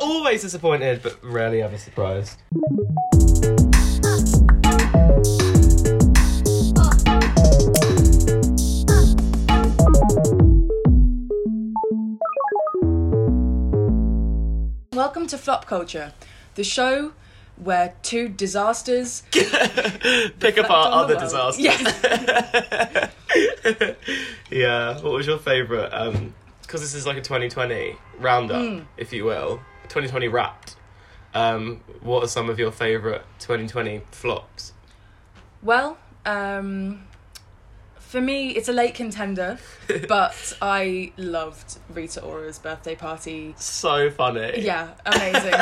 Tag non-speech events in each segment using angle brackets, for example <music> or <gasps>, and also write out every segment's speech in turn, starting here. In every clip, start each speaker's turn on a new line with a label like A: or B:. A: always disappointed, but rarely ever surprised.
B: Welcome to Flop Culture, the show where two disasters
A: <laughs> Pick apart
B: on the
A: other
B: world.
A: disasters. yeah. What was your favourite? Um, because this is like a 2020 roundup,
B: Hmm.
A: if you will, 2020 wrapped. Um, what are some of your favourite 2020 flops?
B: Well, um, for me, it's a late contender, but I loved Rita Ora's birthday party.
A: <laughs> So funny.
B: Yeah, amazing.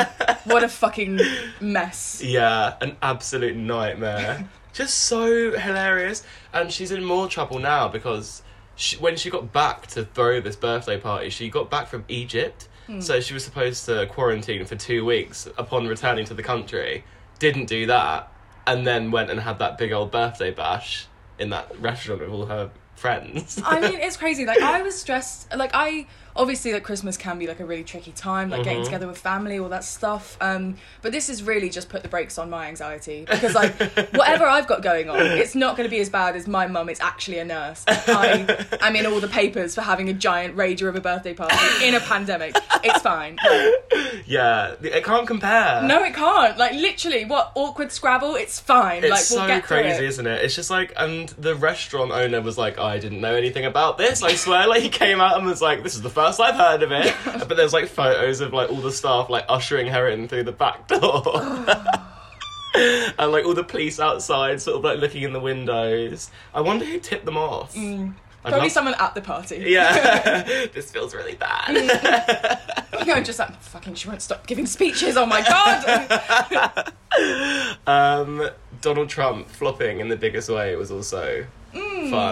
B: what a fucking mess.
A: Yeah, an absolute
B: <laughs>
A: nightmare. Just so hilarious. And she's in more trouble now because she, when she got back to throw this birthday party, she got back from Egypt.
B: Hmm.
A: So she was supposed to quarantine for two weeks upon returning to the country. Didn't do that. And then went and had that big old birthday bash in that restaurant with all her friends. <laughs>
B: I mean, it's crazy. Like, I was stressed. Like, I obviously like Christmas can be like a really tricky time, like
A: Mm-hmm.
B: getting together with family, all that stuff. Um, but this has really just put the brakes on my anxiety
A: <laughs>
B: because like whatever I've got going on, it's not going to be as bad as my mum. It's actually a nurse. I, I'm in all the papers for having a giant rager of a birthday party in a pandemic. It's fine.
A: yeah, it can't compare.
B: No, it can't. Like literally, what awkward Scrabble? It's fine. like
A: It's
B: we'll
A: so
B: get through
A: crazy,
B: It.
A: is isn't it? It's just like, and the restaurant owner was like, I didn't know anything about this. I swear, like he came out and was like, this is the first I've heard of
B: <laughs>
A: it. but there's like photos of like all the staff like ushering her in through the back
B: <sighs>
A: door. And like all the police outside, sort of like looking in the windows. I wonder who tipped them off. I'd
B: Mm. Probably
A: love-
B: someone at the party. <laughs>
A: Yeah, <laughs> this feels really bad.
B: No, just like fucking. She won't stop giving speeches. Oh my
A: <laughs>
B: god.
A: <laughs> um, Donald Trump flopping in the biggest way was also fun.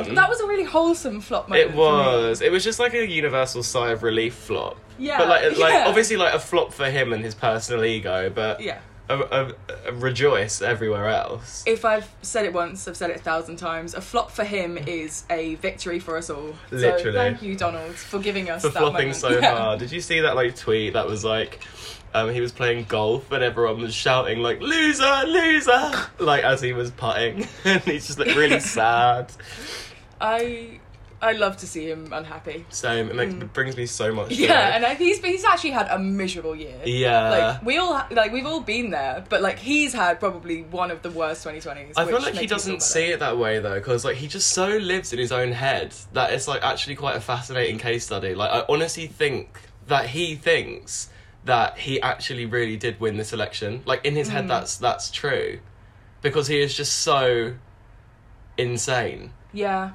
B: Mm, That was a really wholesome flop moment.
A: It
B: for me.
A: was. It was just like a universal sigh of relief flop.
B: Yeah,
A: But like, like
B: yeah.
A: obviously like a flop for him and his personal ego, but
B: Yeah.
A: a, a, a rejoice everywhere else.
B: If I've said it once, I've said it a thousand times. A flop for him is a victory for us all. So
A: Literally.
B: thank you, Donald, for giving us
A: for
B: that
A: flopping
B: moment.
A: so
B: Yeah.
A: hard. Did you see that like tweet that was like, um, he was playing golf and everyone was shouting like "loser, loser" <laughs> like as he was putting, <laughs> and he's just like
B: <laughs>
A: really sad.
B: I I love to see him unhappy.
A: So it, makes, it brings me so much.
B: Yeah,
A: joy.
B: and I, he's he's actually had a miserable year.
A: yeah.
B: Like we all ha- like we've all been there, but like he's had probably one of the worst 2020s.
A: I feel like he
B: which makes me feel
A: doesn't
B: better.
A: see it that way though, because like he just so lives in his own head that it's like actually quite a fascinating case study. Like I honestly think that he thinks that he actually really did win this election. Like in his
B: Hmm.
A: head, that's that's true, because he is just so insane.
B: Yeah.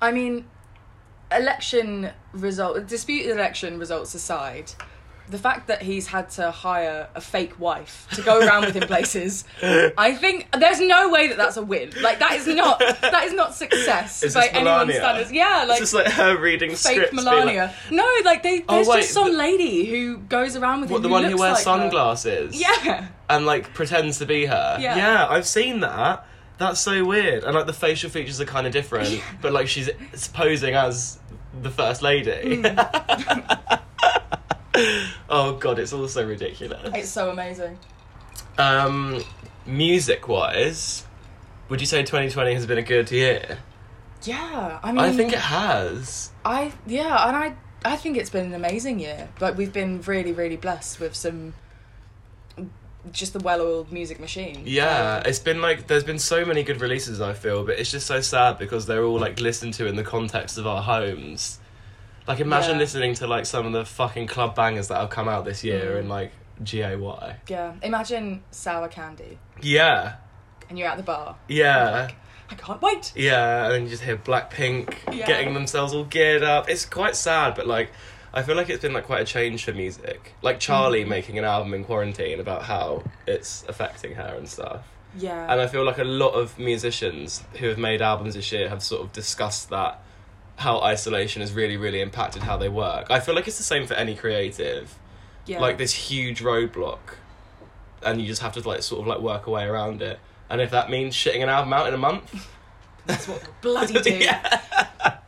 B: I mean, election result, disputed election results aside, the fact that he's had to hire a fake wife to go around
A: <laughs>
B: with him places, <gasps> I think there's no way that that's a win. Like that is not that is not success
A: Is
B: by
A: this
B: anyone's
A: Melania?
B: standards. Yeah, like.
A: it's just like her reading
B: Fake
A: scripts. being like,
B: Melania. no, like they,
A: Oh,
B: there's
A: wait,
B: just some
A: the-
B: lady who goes around with
A: what
B: him.
A: the one who
B: looks
A: wears
B: like her.
A: sunglasses?
B: Yeah,
A: and like pretends to be her.
B: Yeah.
A: I've seen that. That's so weird. And like the facial features are kind of different, but like she's s- posing as the first lady.
B: Hmm.
A: <laughs> oh god, it's all so ridiculous.
B: it's so amazing.
A: Um, music wise, would you say 2020 has been a good year?
B: Yeah, I mean,
A: I think it has.
B: I yeah, and I I think it's been an amazing year. Like we've been really really blessed with some just the well-oiled music machine.
A: Yeah, it's been like there's been so many good releases. I feel, but it's just so sad because they're all like listened to in the context of our homes. Like, imagine
B: Yeah.
A: listening to like some of the fucking club bangers that have come out this year
B: Mm.
A: in like GAY.
B: Yeah. Imagine sour candy
A: Yeah,
B: and you're at the bar.
A: yeah,
B: I can't wait.
A: yeah, and then you just hear Blackpink
B: Yeah.
A: getting themselves all geared up. It's quite sad, but like. I feel like it's been like quite a change for music. Like Charlie
B: Mm.
A: making an album in quarantine about how it's affecting her and stuff.
B: Yeah.
A: And uh, I feel like a lot of musicians who have made albums this year have sort of discussed that how isolation has really, really impacted how they work. I feel like it's the same for any creative.
B: yeah.
A: Like this huge roadblock and you just have to like sort of like work a way around it. And if that means shitting an album out in a month,
B: <laughs> That's what they'll
A: <laughs>
B: bloody do.
A: Yeah.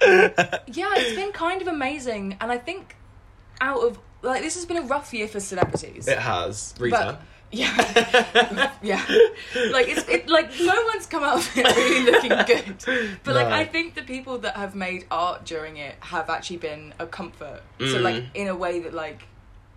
B: yeah, it's been kind of amazing and I think out of like this has been a rough year for celebrities.
A: It has. Rita.
B: yeah, <laughs> yeah. Like it's it, like no one's come out <laughs> of it really looking good. But like
A: No.
B: I think the people that have made art during it have actually been a comfort. So like
A: Mm.
B: in a way that like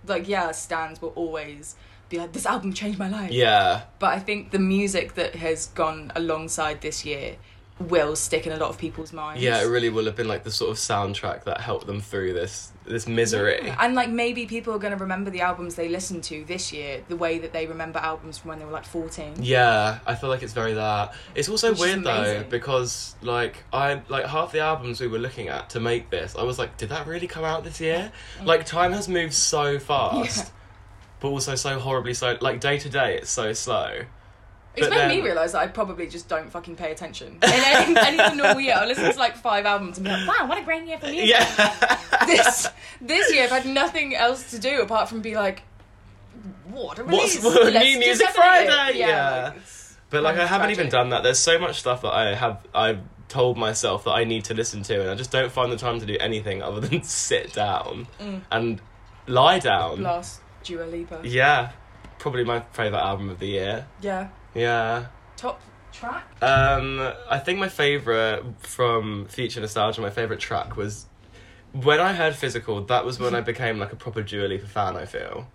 B: like yeah, stands will always be like this album changed my life.
A: yeah.
B: But I think the music that has gone alongside this year will stick in a lot of people's minds.
A: Yeah, it really will have been like the sort of soundtrack that helped them through this this misery.
B: Yeah, And like maybe people are going to remember the albums they listened to this year the way that they remember albums from when they were like 14.
A: Yeah, I feel like it's very that. It's also
B: Which is
A: weird though
B: amazing.
A: because like I like half the albums we were looking at to make this, I was like, did that really come out this year?
B: Mm.
A: Like time has moved so fast, but also so horribly slow. Like day to day, it's so slow.
B: It's
A: But
B: made me
A: then-
B: realise that I probably just don't fucking pay attention. And any,
A: <laughs>
B: any normal year, I listen to like five albums and be like, wow, what a great year for music.
A: Yeah. <laughs>
B: This, this year, I've had nothing else to do apart from be like, what a
A: What's-
B: release.
A: what, <laughs>
B: Let's
A: new
B: do
A: music
B: something with it."
A: Friday? Yeah.
B: like, it's-
A: But like I
B: It's
A: haven't even
B: tragic.
A: done that. There's so much stuff that I have I've told myself that I need to listen to and I just don't find the time to do anything other <laughs> than sit down and lie down.
B: Last Dua Lipa.
A: Yeah. Probably my favourite album of the year.
B: Yeah.
A: Yeah.
B: Top track?
A: Um, I think my favorite from Future Nostalgia, my favorite track was when I heard Physical. That was when I became like a proper Dua Lipa fan. I feel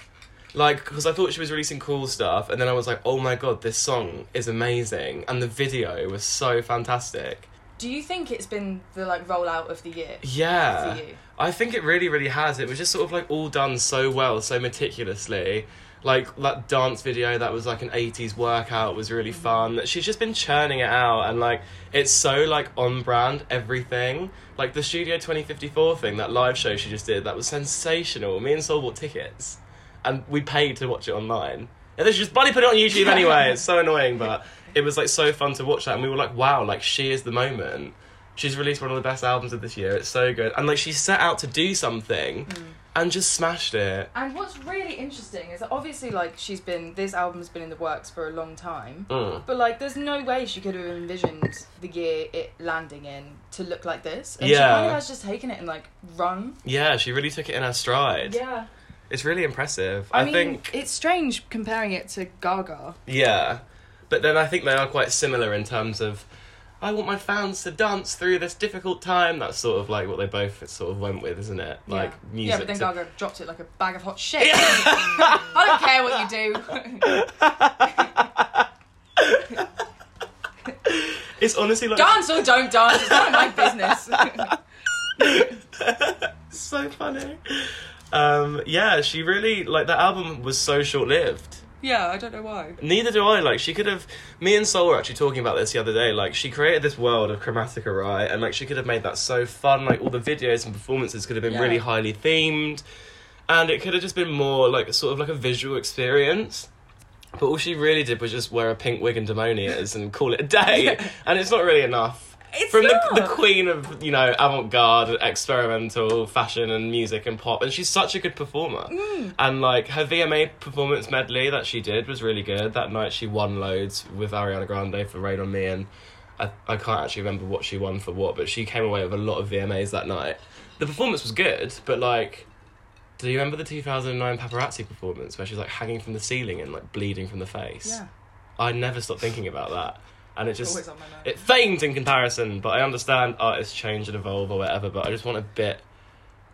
A: like because I thought she was releasing cool stuff, and then I was like, oh my god, this song is amazing, and the video was so fantastic.
B: Do you think it's been the like rollout of the year?
A: Yeah,
B: For you.
A: I think it really, really has. It was just sort of like all done so well, so meticulously. Like that dance video that was like an 80s workout was really
B: Mm-hmm.
A: fun. She's just been churning it out and like it's so like on brand everything. Like the Studio 2054 thing, that live show she just did, that was sensational. Me and Sol bought tickets and we paid to watch it online. And then she just bloody put it on
B: <laughs>
A: YouTube anyway. It's so annoying, but it was like so fun to watch that and we were like, wow, like she is the moment. She's released one of the best albums of this year. It's so good. And like she set out to do something
B: Mm.
A: and just smashed it.
B: And what's really interesting is that obviously, like, she's been this album's been in the works for a long time,
A: Mm.
B: but like, there's no way she could have envisioned the year it landing in to look like this. And she
A: Yeah.
B: kind of has just taken it and like run.
A: Yeah, she really took it in her stride.
B: Yeah,
A: It's really impressive.
B: I,
A: I,
B: mean,
A: think
B: it's strange comparing it to Gaga.
A: yeah. But then I think they are quite similar in terms of I want my fans to dance through this difficult time. That's sort of like what they both sort of went with, isn't it? Like
B: yeah.
A: music.
B: Yeah, but then
A: to-
B: Gaga dropped it like a bag of hot shit. <laughs> I don't care what you do. <laughs>
A: It's honestly like
B: dance or don't dance. It's none of my <laughs> business.
A: <laughs> so funny. Um, yeah, she really like that album was so short lived.
B: yeah, I don't know why.
A: Neither do I. Like she could have. Me and Sol were actually talking about this the other day. Like she created this world of Chromatica, right? And like she could have made that so fun. Like all the videos and performances could have been
B: Yeah.
A: really highly themed, and it could have just been more like sort of like a visual experience. But all she really did was just wear a pink wig and demonias and call it a day, and it's not really enough. <laughs>
B: It's
A: From
B: not.
A: the, the queen of you know avant-garde, experimental fashion and music and pop, and she's such a good performer.
B: Mm.
A: And like her VMA performance medley that she did was really good. That night she won loads with Ariana Grande for Rain on Me, and I, I can't actually remember what she won for what, but she came away with a lot of VMAs that night. The performance was good, but like, do you remember the 2009 paparazzi performance where she's like hanging from the ceiling and like bleeding from the face?
B: Yeah,
A: I never stopped thinking about that. And it just
B: always on my mind.
A: it famed in comparison, but I understand artists change and evolve or whatever, but I just want a bit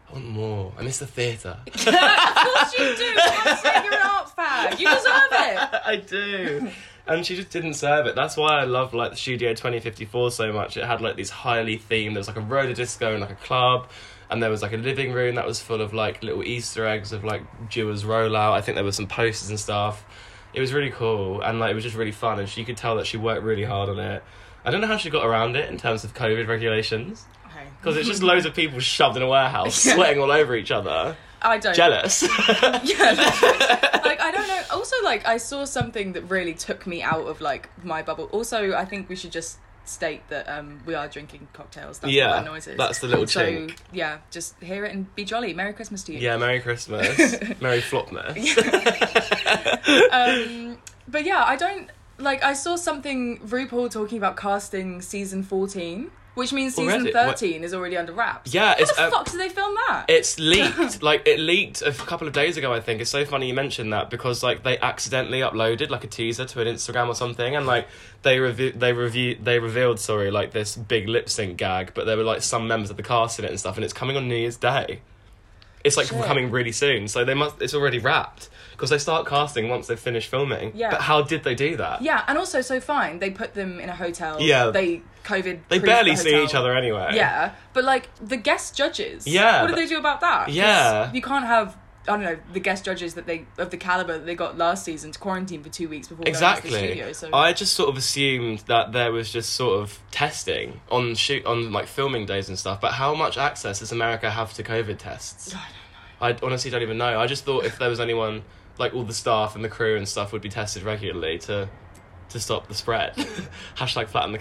A: I want more. I miss the
B: <laughs>
A: theatre.
B: <laughs> Of course you do. I'm saying you're an art fan. You deserve it.
A: <laughs> I do. And she just didn't serve it. That's why I love like the Studio 2054 so much. It had like these highly themed. There was like a roller disco and like a club, and there was like a living room that was full of like little Easter eggs of like Jewer's rollout. I think there were some posters and stuff. It was really cool, and like it was just really fun. And she could tell that she worked really hard on it. I don't know how she got around it in terms of COVID regulations, because it's
B: <laughs>
A: just loads of people shoved in a warehouse, sweating all over each other,
B: I don't.
A: jealous.
B: Yeah. literally. <laughs> like I don't know. Also, like I saw something that really took me out of like my bubble. Also, I think we should just state that um we are drinking cocktails. That's
A: Yeah,
B: what that noise is.
A: that's the little
B: so,
A: chink.
B: yeah, just hear it and be jolly. Merry Christmas to
A: <laughs>
B: you.
A: yeah, Merry Christmas, Merry
B: <laughs>
A: Flopmas.
B: Um, but yeah, I don't like. I saw something RuPaul talking about casting season fourteen. Which means season
A: Already? Oh, What-
B: 13 is already under
A: <laughs>
B: wraps.
A: Yeah,
B: How
A: it's,
B: the
A: uh,
B: fuck did they film that?
A: It's
B: <laughs>
A: leaked. like it leaked a f- couple of days ago, I think. It's so funny you mentioned that because like they accidentally uploaded like a teaser to an Instagram or something, and like they review they review they revealed sorry like this big lip sync gag, but there were like some members of the cast in it and stuff, and it's coming on New Year's Day. It's like
B: Shit.
A: coming really soon, so they must. It's already wrapped because they start casting once they finish filming.
B: Yeah.
A: But how did they do that?
B: yeah, and also, so fine. They put them in a hotel.
A: Yeah.
B: They COVID.
A: They barely see each other anyway.
B: Yeah, but like the guest judges.
A: Yeah,
B: What do
A: but-
B: they do about that? 'Cause
A: Yeah.
B: You can't have. I don't know the guest judges that they of the caliber that they got last season to quarantine for two weeks before
A: exactly.
B: going to the studio. So
A: I just sort of assumed that there was just sort of testing on shoot on like filming days and stuff. But how much access does America have to COVID tests?
B: I
A: I honestly don't even know. I just thought if there was anyone like all the staff and the crew and stuff would be tested regularly to to stop the spread. <laughs> Hashtag flatten the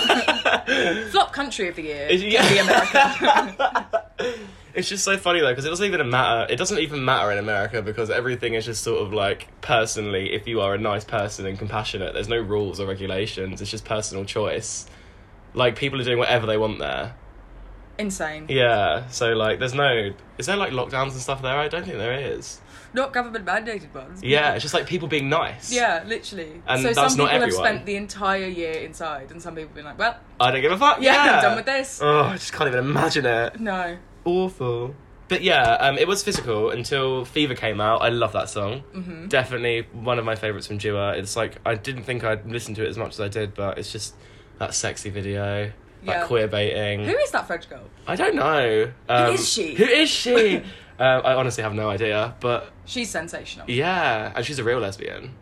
A: <laughs>
B: <laughs>
A: curve.
B: flop country of the year.
A: Is- yeah.
B: can be America. <laughs>
A: It's just so funny though, because it doesn't even matter. It doesn't even matter in America because everything is just sort of like personally. If you are a nice person and compassionate, there's no rules or regulations. It's just personal choice. Like people are doing whatever they want there.
B: Insane.
A: Yeah. So like, there's no. Is there like lockdowns and stuff there? I don't think there is.
B: Not government mandated ones.
A: Yeah. It's just like people being nice.
B: Yeah, literally.
A: And
B: so some
A: that's
B: people
A: not
B: have
A: everyone.
B: spent the entire year inside, and some people have been like, "Well,
A: I don't give a fuck.
B: yeah,
A: Yeah.
B: I'm done with this."
A: Oh, I just can't even imagine it.
B: no,
A: Awful. But yeah, um, it was physical until Fever came out. I love that song.
B: hmm
A: definitely one of my favorites from Dua. It's like I didn't think I'd listen to it as much as I did, but it's just that sexy video,
B: Yeah.
A: that queer baiting.
B: who is that French girl?
A: I don't know. Um,
B: is she?
A: Who is
B: <laughs>
A: she? um, I honestly have no idea, but
B: She's sensational.
A: yeah, and she's a real lesbian.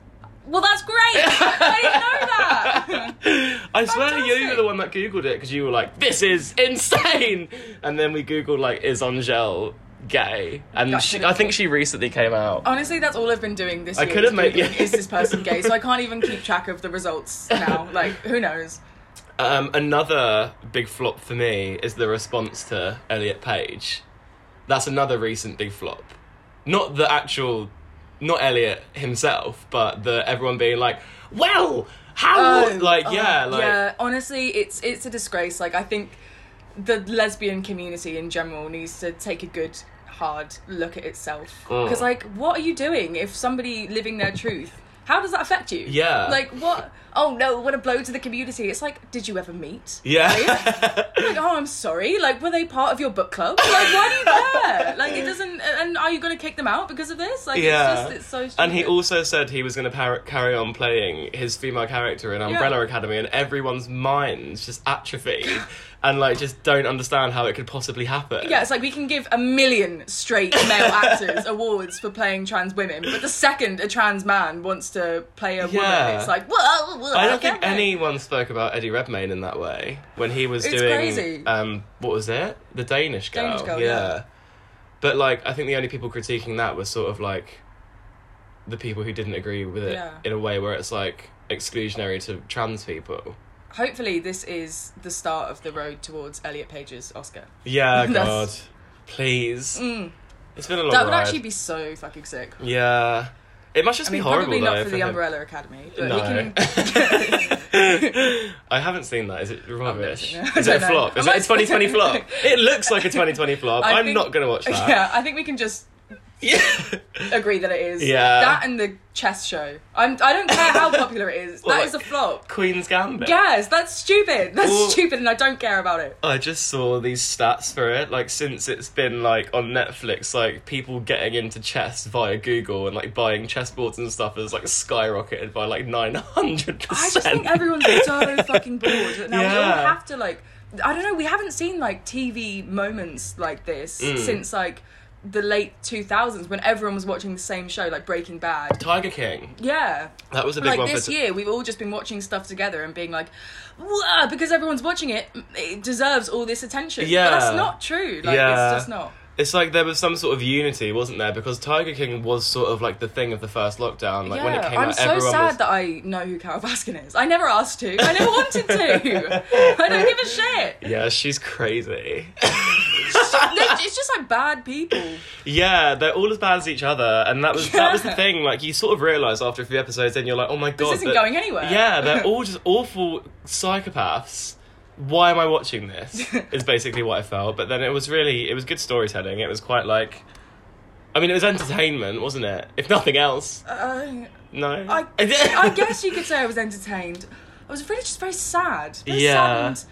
B: Well, that's great. I didn't know that.
A: <laughs>
B: <laughs>
A: I swear you were
B: Fantastic.
A: the one that googled it because you were like, "This is insane," <laughs> and then we googled like, "Is Angel gay?" And
B: That
A: she,
B: could've
A: I think she recently came out.
B: Honestly, that's all I've been doing this
A: I
B: year.
A: could have
B: is
A: made-
B: Googling,
A: yeah.
B: Is this person gay? So I can't even keep track of the results now. Like, who knows?
A: Um, another big flop for me is the response to Elliot Page. That's another recent big flop. Not the actual, not Elliot himself, but the everyone being like, "Well, how?"
B: Oh,
A: like,
B: oh,
A: yeah, like,
B: yeah. Honestly, it's it's a disgrace. Like, I think the lesbian community in general needs to take a good hard look at itself
A: Mm.
B: because like what are you doing if somebody living their truth how does that affect you
A: Yeah.
B: like what oh no what a blow to the community it's like did you ever meet
A: yeah. <laughs>
B: like, oh, I'm sorry. Like, were they part of your book club? Like, why do you care? Like, it doesn't. And are you going to kick them out because of this? Like,
A: Yeah.
B: it's just, it's so stupid.
A: And he also said he was going to par- carry on playing his female character in Umbrella Academy, and everyone's minds just atrophied
B: <laughs>
A: and like just don't understand how it could possibly happen.
B: Yeah, it's like we can give a million
A: <laughs>
B: straight male actors awards for playing trans women, but the second a trans man wants to play a woman,
A: Yeah.
B: it's like, whoa, whoa
A: I
B: how
A: don't
B: can
A: think
B: they?
A: anyone spoke about Eddie Redmayne in that way when he was
B: It's
A: doing
B: crazy.
A: um what was it? The Danish girl.
B: Danish Girl,
A: yeah.
B: yeah.
A: But like I think the only people critiquing that was sort of like the people who didn't agree with it
B: Yeah.
A: in a way where it's like exclusionary to trans
B: <laughs>
A: people.
B: Hopefully, this is the start of the road towards Elliot Page's Oscar.
A: Yeah, God.
B: That's-
A: Please.
B: Mm.
A: It's been a long
B: That would
A: ride.
B: actually be so fucking sick.
A: Yeah. It must just
B: I mean,
A: be horrible
B: probably
A: though
B: not for the
A: him.
B: Umbrella Academy, but
A: no.
B: he
A: <laughs>
B: can <laughs>
A: I haven't seen that. Is it rubbish?
B: seen it.
A: Is it a
B: I don't know.
A: flop? Is
B: Am
A: it
B: I-
A: a
B: <laughs>
A: 2020 flop? It looks like a 2020 flop.
B: I
A: I'm
B: think-
A: not going to
B: <laughs>
A: watch that.
B: Yeah, I think we can just
A: <laughs> Yeah.
B: agree that it is.
A: Yeah.
B: That and the chess show. I'm, I don't
A: <laughs>
B: care how popular it is.
A: Well,
B: That is a
A: like-
B: flop.
A: Queen's Gambit.
B: Yes, that's stupid. That's
A: Well-
B: stupid, and I don't care about it.
A: I just saw these stats for it. Like since it's been like on Netflix, like people getting into chess via Google and like buying chessboards and stuff has like skyrocketed by like 900%.
B: I just think everyone's
A: <laughs>
B: so fucking bored that now we all
A: Yeah.
B: have to like. I don't know. We haven't seen like TV moments like this
A: Mm.
B: since like the late 2000s when everyone was watching the same show, like Breaking Bad.
A: Tiger King.
B: Yeah.
A: That was a big
B: Like
A: one
B: this
A: for
B: year, we've all just been watching stuff together and being like, "Wah," because everyone's watching it, it deserves all this attention.
A: Yeah.
B: But that's not true. Like,
A: Yeah.
B: it's just not.
A: It's like there was some sort of unity, wasn't there? Because Tiger King was sort of like the thing of the first lockdown. Like
B: yeah,
A: when it came
B: I'm
A: out,
B: so
A: everyone
B: sad
A: was.
B: that I know who Carol Baskin is. I never asked to. I never wanted to. I don't give a shit.
A: Yeah, she's
B: <laughs>
A: crazy.
B: They- It's just like bad people.
A: yeah, they're all as bad as each other, and that was that was the thing. Like you sort of realise after a few episodes, and you're like, oh my god,
B: This isn't <laughs>
A: that-
B: going anywhere.
A: Yeah, they're all just awful psychopaths. why am I watching this? Is basically what I felt. But then it was really, it was good storytelling. It was quite like, I mean, it was entertainment, wasn't it? If nothing else,
B: Uh,
A: no.
B: I, I guess you could say I was entertained. I was really just very sad. Very
A: Yeah.
B: saddened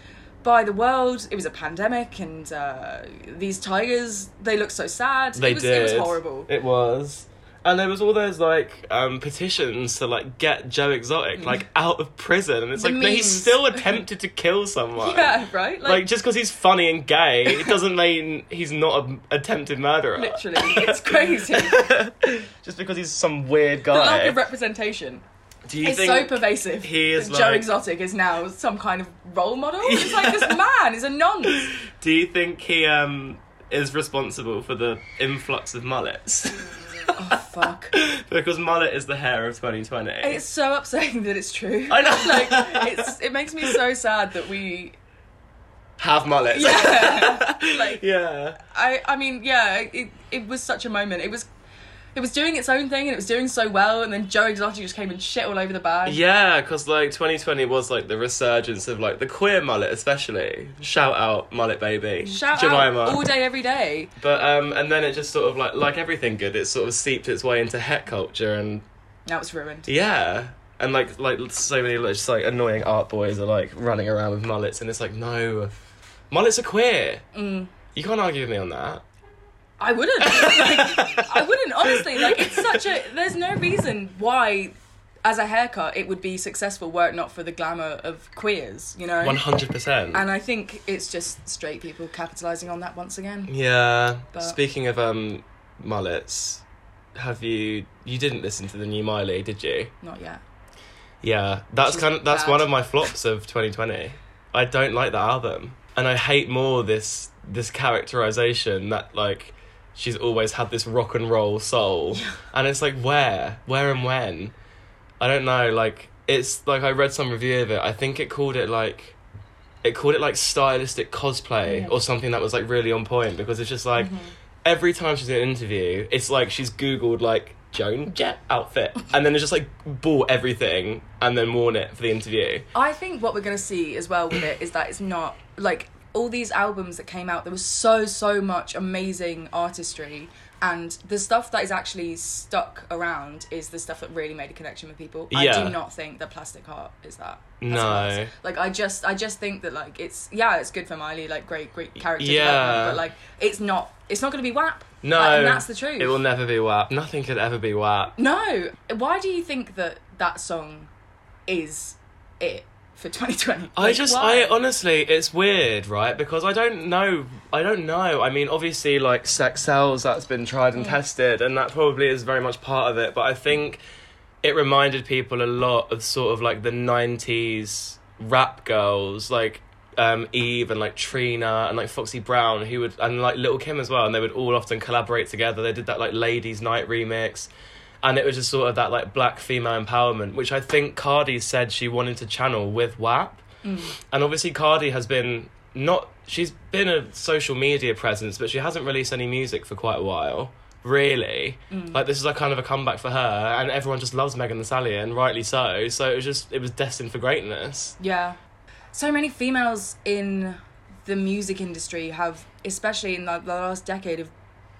B: by the world. It was a pandemic, and uh, these tigers, they look so sad.
A: <laughs> They
B: it was,
A: did.
B: It was horrible.
A: It was. And there was all those like um, petitions to like get Joe Exotic like out of prison, and it's
B: Mm. The
A: like no, he
B: memes. <laughs>
A: still attempted to kill someone.
B: yeah, right?
A: Like, just because he's funny and gay, it
B: <laughs>
A: doesn't mean he's not an attempted murderer.
B: literally. it's crazy. The
A: <laughs> just because he's some weird
B: lack
A: guy.
B: of representation
A: Do you
B: is
A: think?
B: so pervasive.
A: he is
B: that Joe
A: like-
B: Exotic is now some kind of role model. It's like
A: <laughs>
B: this man is a nonce.
A: Do you think he um is responsible for the influx of mullets?
B: Oh, fuck.
A: <laughs> because mullet is the hair of 2020.
B: It's so upsetting that it's true.
A: I know.
B: <laughs> Like, it's, it makes me so sad that we. <laughs>
A: Have mullets.
B: Yeah.
A: <laughs>
B: like,
A: yeah.
B: I I mean, yeah, it it was such a moment. It was it was doing its own thing and it was doing so well and then Joe Exotic just came and shit all over the bag.
A: Yeah, because like 2020 was like the resurgence of like the queer mullet, especially. Shout out mullet baby,
B: Shout
A: Jemima.
B: out all day every day.
A: But um, and then it just sort of like like everything good, it sort of seeped its way into het culture, and
B: Now it's ruined.
A: yeah, and like like so many like, just like annoying art boys are like running around with mullets, and it's like no, mullets are queer. You can't argue with me on that.
B: Mm. I wouldn't. <laughs> Like, <laughs> I wouldn't honestly. Like it's such a there's no reason why as a haircut it would be successful were it not for the glamour of queers, you
A: <laughs>
B: know?
A: One hundred percent.
B: And I think it's just straight people capitalizing on that once again.
A: Yeah.
B: But-
A: Speaking of um mullets, have you you didn't listen to the new Miley, did you?
B: Not yet.
A: Yeah, that's
B: is
A: kind of that's
B: bad.
A: one of my flops of 2020. I don't like that album, and I hate more this this characterization that like she's always had this rock and roll soul, and it's like where, where and when, I don't know. Like it's like I read some review of it. I think it called it like. It called it like stylistic cosplay
B: Yeah. Mm-hmm.
A: or something that was like really on point because it's just like every time she's in an interview, it's like she's googled like Joan Jett
B: <laughs>
A: outfit, and then it's just like bought everything and then worn it for the interview.
B: I think what we're gonna see as well with it is that it's not like all these albums that came out. There was so so much amazing artistry, and the stuff that is actually stuck around is the stuff that really made a connection with people. I
A: Yeah.
B: do not think that plastic art is that. That's
A: No.
B: what it is. like I just I just think that like it's yeah it's good for Miley like great great character
A: Yeah.
B: development, but like it's not it's not gonna be WAP.
A: No,
B: Like, and that's the truth.
A: It will never be WAP. Nothing could ever be WAP.
B: No, why do you think that that song is it for <laughs> 2020?
A: I
B: Like,
A: just,
B: why?
A: I honestly, it's weird, right? Because I don't know. I don't know. I mean, obviously, like sex sells. That's been tried
B: Mm.
A: and tested, and that probably is very much part of it. But I think it reminded people a lot of sort of like the '90s rap girls, like um, Eve and like Trina and like Foxy Brown, who would and like Little Kim as well, and they would all often collaborate together. They did that like Ladies Night remix. And it was just sort of that like black female empowerment, which I think Cardi said she wanted to channel with WAP and obviously Cardi has been not she's been a social media presence, but she hasn't released any music for quite a while. Really, like this is a kind of a comeback for her, and everyone just loves Megan Thee Stallion, rightly so. So it was just it was destined for greatness.
B: Yeah. So many females in the music industry have, especially in the, the last decade, have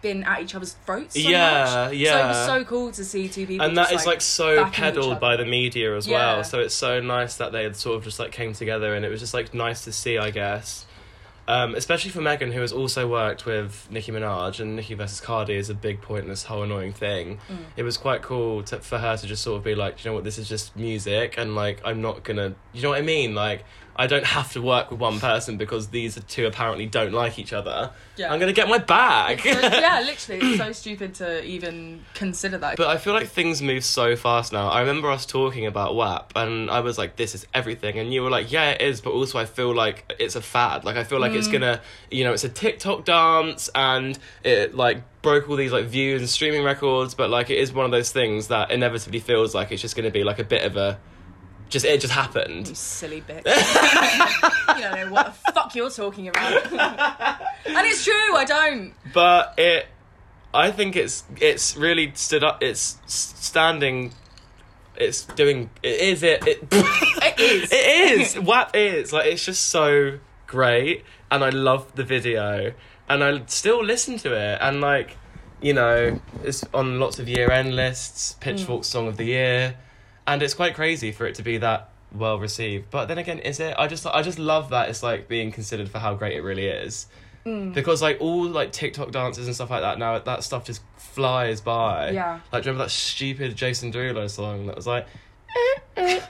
B: been at each other's throats. So
A: Yeah,
B: much. So it was
A: yeah.
B: so cool to see two people.
A: and that
B: just,
A: is like, so
B: backing each other.
A: peddled by the media as
B: Yeah.
A: well. So it's so nice that they had sort of just like came together, and it was just like nice to see, I guess. Um, especially for Megan, who has also worked with Nicki Minaj, and Nicki versus Cardi is a big pointless, whole annoying thing.
B: Mm.
A: It was quite cool to, for her to just sort of be like, "Do you know what, this is just music, and like, I'm not gonna, you know what I mean? Like, I don't have to work with one person because these two apparently don't like each other.
B: Yeah.
A: I'm gonna get my bag.
B: <laughs> So- yeah, literally, it's so stupid to even consider that.
A: But I feel like things move so fast now. I remember us talking about WAP, and I was like, "This is everything," and you were like, "Yeah, it is," but also I feel like it's a fad. Like I feel like it's gonna, you know, it's a TikTok dance, and it like broke all these like views and streaming records. But like, it is one of those things that inevitably feels like it's just gonna be like a bit of a, just it just happened.
B: You
A: <laughs>
B: silly bitch. you don't know what the fuck you're talking
A: <laughs>
B: about. and it's true, I don't.
A: But it, I think it's it's really stood up. It's s- standing. It's doing. It <laughs> is it. it
B: It is.
A: It <laughs> is. WAP is. Like, it's just so great. And I love the video. And I still listen to it. And, like, you know, it's on lots of year end lists, Pitchfork Song of the Year. And it's quite crazy for it to be that well received. But then again, is it? I just, I just love that it's, like, being considered for how great it really is. Because like all like TikTok dances and stuff like that now that stuff just flies by.
B: Yeah.
A: Like do you remember that stupid Jason Derulo song that was like. Was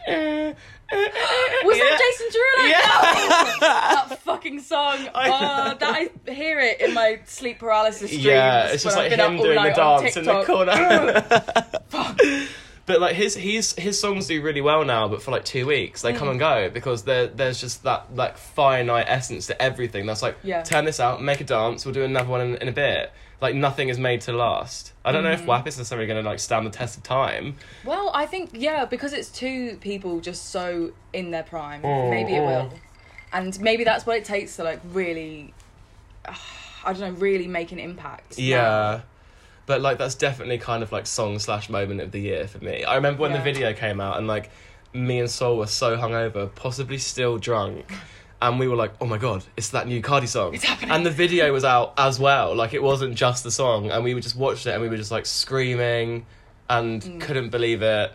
B: Was that Jason Derulo?
A: Yeah. <laughs>
B: that fucking song.
A: I
B: Oh,
A: know.
B: that I hear it in my sleep paralysis dreams.
A: Yeah, it's just
B: when
A: like
B: I've been
A: him
B: up all
A: doing the
B: night on
A: dance in the
B: TikTok. <laughs>
A: <laughs> corner. But like his his his songs do really well now, but for like two weeks they come
B: Mm.
A: and go because there there's just that like finite essence to everything. That's like
B: Yeah.
A: turn this out, make a dance, we'll do another one in, in a bit. Like nothing is made to last. I don't know
B: Mm-hmm.
A: if WAP is necessarily going to like stand the test of time.
B: well, I think yeah, because it's two people just so in their prime.
A: Mm,
B: maybe it
A: mm.
B: will, and maybe that's what it takes to like really. <sighs> I don't know, really make an impact.
A: Yeah. But like that's definitely kind of like song slash moment of the year for me. I remember when the
B: Yeah.
A: video came out and like me and Sol were so hungover, possibly still drunk, and we were like, "Oh my god, it's that new Cardi song!" It's
B: happening.
A: And the video was out as well. Like it wasn't just the song, and we would just watched it and we were just like screaming, and
B: Mm.
A: couldn't believe it,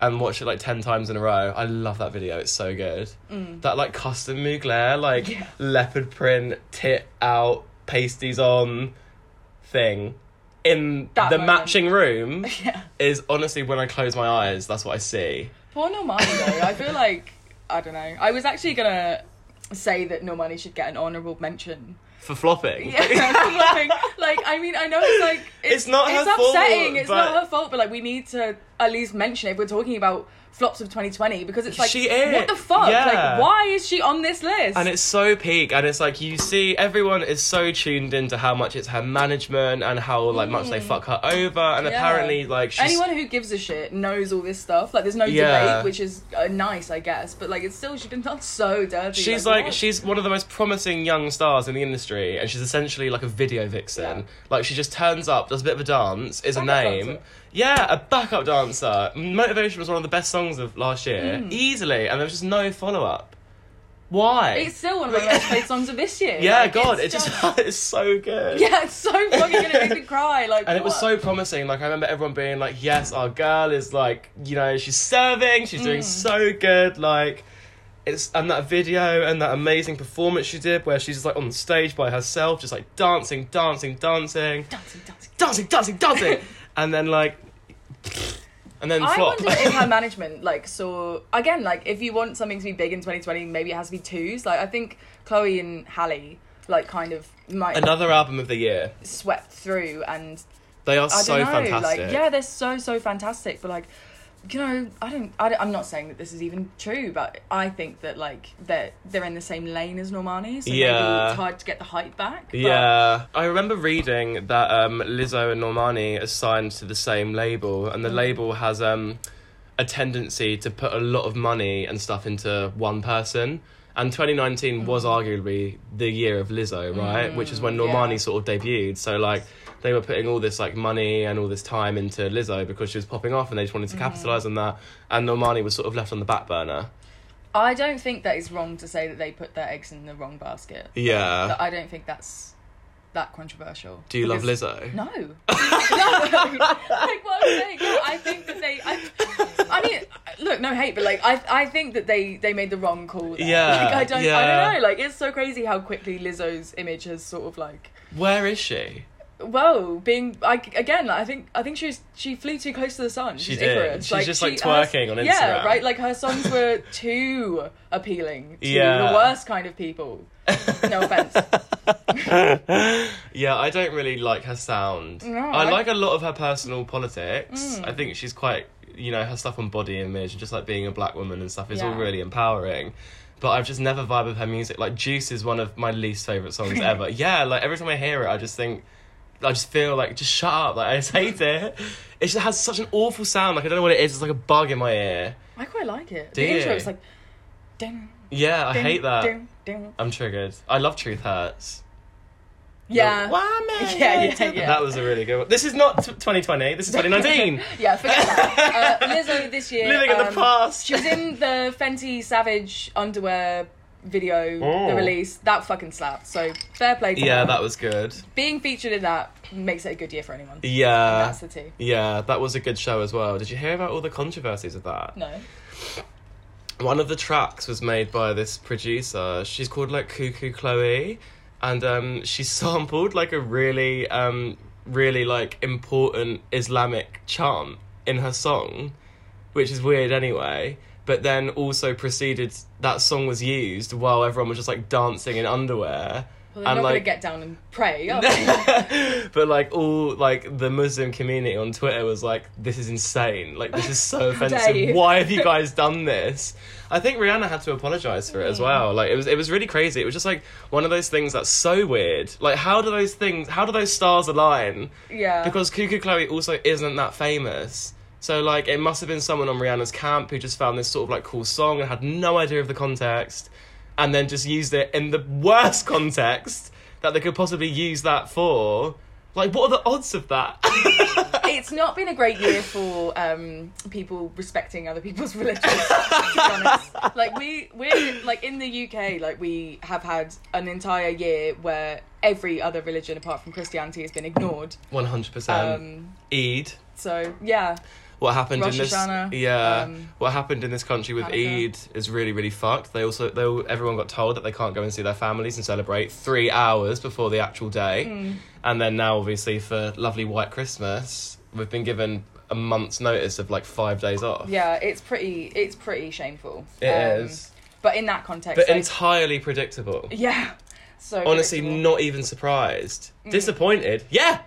A: and watched it like ten times in a row. I love that video. It's so good. That like custom Mugler, like
B: Mm. Yeah.
A: leopard print, tit out, pasties on thing in
B: That
A: the
B: moment.
A: matching room
B: <laughs> Yeah.
A: is honestly when I close my eyes, that's what I see.
B: Poor Normani though. I feel like I don't know. I was actually gonna say that Normani should get an honourable mention.
A: For flopping.
B: Yeah, <laughs> like, like, I mean, I know it's like it's,
A: It's not her
B: it's
A: fault,
B: upsetting. It's
A: but-
B: not her fault, but like we need to at least mention it. If we're talking about flops of 2020 because it's like
A: She is.
B: what the fuck?
A: Yeah.
B: Like why is she on this
A: <laughs>
B: list?
A: And it's so peak, and it's like you see everyone is so tuned into how much it's her management and how like much they fuck her over, and
B: Mm. Yeah.
A: apparently like she's
B: Anyone who gives a shit knows all this stuff. Like, there's no
A: Yeah.
B: debate, which is uh, nice, I guess. But like, it's still she's been done so dirty.
A: She's like,
B: what?
A: she's one of the most promising young stars in the industry, and she's essentially like a video vixen.
B: Yeah.
A: Like she just turns up, does a bit of a dance, is a
B: Backup
A: name.
B: dancer.
A: Yeah, a backup dancer. Motivation was one of the best songs of last year,
B: Hmm.
A: easily, and there was just no follow up. Why?
B: It's still one of my most played songs of this year.
A: yeah,
B: Like,
A: God, it
B: it's
A: just <laughs> it's so good.
B: <laughs> yeah, it's so fucking gonna make me cry. Like,
A: And it was
B: what?
A: so promising. Like I remember everyone being like, "Yes, our girl is like, you know, she's serving. She's
B: Mm.
A: doing so good." Like, it's and that video and that amazing performance she did, where she's just like on the stage by herself, just like dancing, dancing, dancing,
B: dancing, dancing.
A: dancing, dancing,
B: <laughs>
A: dancing, and then like, and then
B: I
A: flop.
B: wonder
A: <laughs>
B: if her management like saw again like if you want something to be big in 2020 maybe it has to be twos like I think Chloe and Halle like kind of might
A: Another album of the year.
B: swept through and
A: They are
B: I
A: so
B: don't know
A: fantastic.
B: like yeah they're so so fantastic but like you know I don't, I don't I'm not saying that this is even true but I think that like they're they're in the same lane as Normani so maybe
A: Yeah.
B: it's hard to get the hype back but
A: Yeah, I remember reading that um, Lizzo and Normani are signed to the same label,
B: Mm.
A: and the label has um, a tendency to put a lot of money and stuff into one person. And 2019 was arguably the year of Lizzo, right? Which is when Normani
B: Mm. yeah.
A: sort of debuted. So like they were putting all this like money and all this time into Lizzo because she was popping off, and they just wanted to
B: Mm.
A: capitalize on that. And Normani was sort of left on the back burner.
B: I don't think that it's wrong to say that they put their eggs in the wrong basket
A: Yeah.
B: But I don't think that's that controversial.
A: Do you love
B: Because-
A: Lizzo?
B: <laughs> No. no. like what I'm saying, no, I think that they. I, I mean, look, no hate, but like I, I think that they they made the wrong call. There.
A: Yeah,
B: Like I don't,
A: yeah.
B: I don't know. Like it's so crazy how quickly Lizzo's image has sort of like.
A: Where is she?
B: Whoa, being like again, like, I think I think she was she flew too close to the sun.
A: She
B: She's
A: did.
B: Icarus.
A: She's just, like,
B: her-
A: twerking on Instagram.
B: Yeah, right. Like her songs were too appealing to
A: Yeah.
B: the worst kind of people. <laughs> No offense.
A: <laughs> Yeah, I don't really like her sound.
B: No,
A: I
B: I- Mm.
A: like a lot of her personal politics. I think she's quite, you know, her stuff on body image and just like being a black woman and stuff is all
B: Yeah.
A: really empowering. But I've just never vibed with her music. Like Juice is one of my least favorite
B: <laughs>
A: songs ever. Yeah, like every time I hear it, I just think, I just feel like just shut up. Like I just hate it. It just has such an awful sound. Like I don't know what it is. It's like a bug in my ear.
B: I quite like it.
A: Do
B: the intro
A: you?
B: is like, ding.
A: Yeah, I
B: ding,
A: hate that.
B: Ding, ding.
A: I'm triggered. I love Truth Hurts.
B: Yeah.
A: The, Whammy,
B: <laughs> Yeah, yeah, yeah.
A: That was a really good one. This is not t- 2020. This is
B: <laughs>
A: 2019.
B: Yeah, forget that. Uh, Lizzo this year.
A: Living in the
B: um,
A: past.
B: She was in the Fenty Savage underwear video,
A: Oh.
B: the release. That fucking slapped. So fair play to
A: yeah,
B: her.
A: that was good.
B: Being featured in that makes it a good year for anyone.
A: Yeah.
B: That's the two.
A: Yeah, that was a good show as well. Did you hear about all the controversies of that?
B: No.
A: One of the tracks was made by this producer. She's called like Cuckoo Chloe, and um, she <laughs> sampled like a really, um, really like important Islamic chant in her song, which is weird anyway. But then also proceeded that song was used while everyone was just like dancing in underwear.
B: Well, they're
A: and
B: not
A: like
B: gonna get down and pray.
A: <laughs>
B: Are they?
A: but like all like the Muslim community on Twitter was like, "This is insane! Like this is so
B: How dare
A: offensive!
B: you."
A: Why have you guys done this?" I think Rihanna had to apologize for it as well. Like it was it was really crazy. It was just like one of those things that's so weird. Like how do those things? How do those stars align?
B: yeah.
A: Because Cuckoo Chloe also isn't that famous. So like it must have been someone on Rihanna's camp who just found this sort of like cool song and had no idea of the context and then just used it in the <laughs> worst context that they could possibly use that for. Like what are the odds of that? <laughs>
B: it's not been a great year for um, people respecting other people's <laughs> religions. to be honest. Like we, we're like in the UK, like we have had an entire year where every other religion apart from Christianity has been ignored.
A: 100%.
B: Um,
A: Eid.
B: so yeah,
A: What happened
B: Rosh
A: in this
B: Hashanah,
A: Yeah.
B: um,
A: what happened in this country with
B: Hanukkah.
A: Eid is really really fucked. They also they all- everyone got told that they can't go and see their families and celebrate 3 hours before the actual day.
B: Hmm.
A: And then now, obviously, for lovely white Christmas, we've been given a month's notice of like five days off.
B: yeah, it's pretty, it's pretty shameful.
A: It
B: Um,
A: is.
B: But in that context,
A: But
B: like,
A: entirely predictable.
B: yeah. So
A: Honestly,
B: predictable. Hmm.
A: not even surprised. Disappointed? Yeah!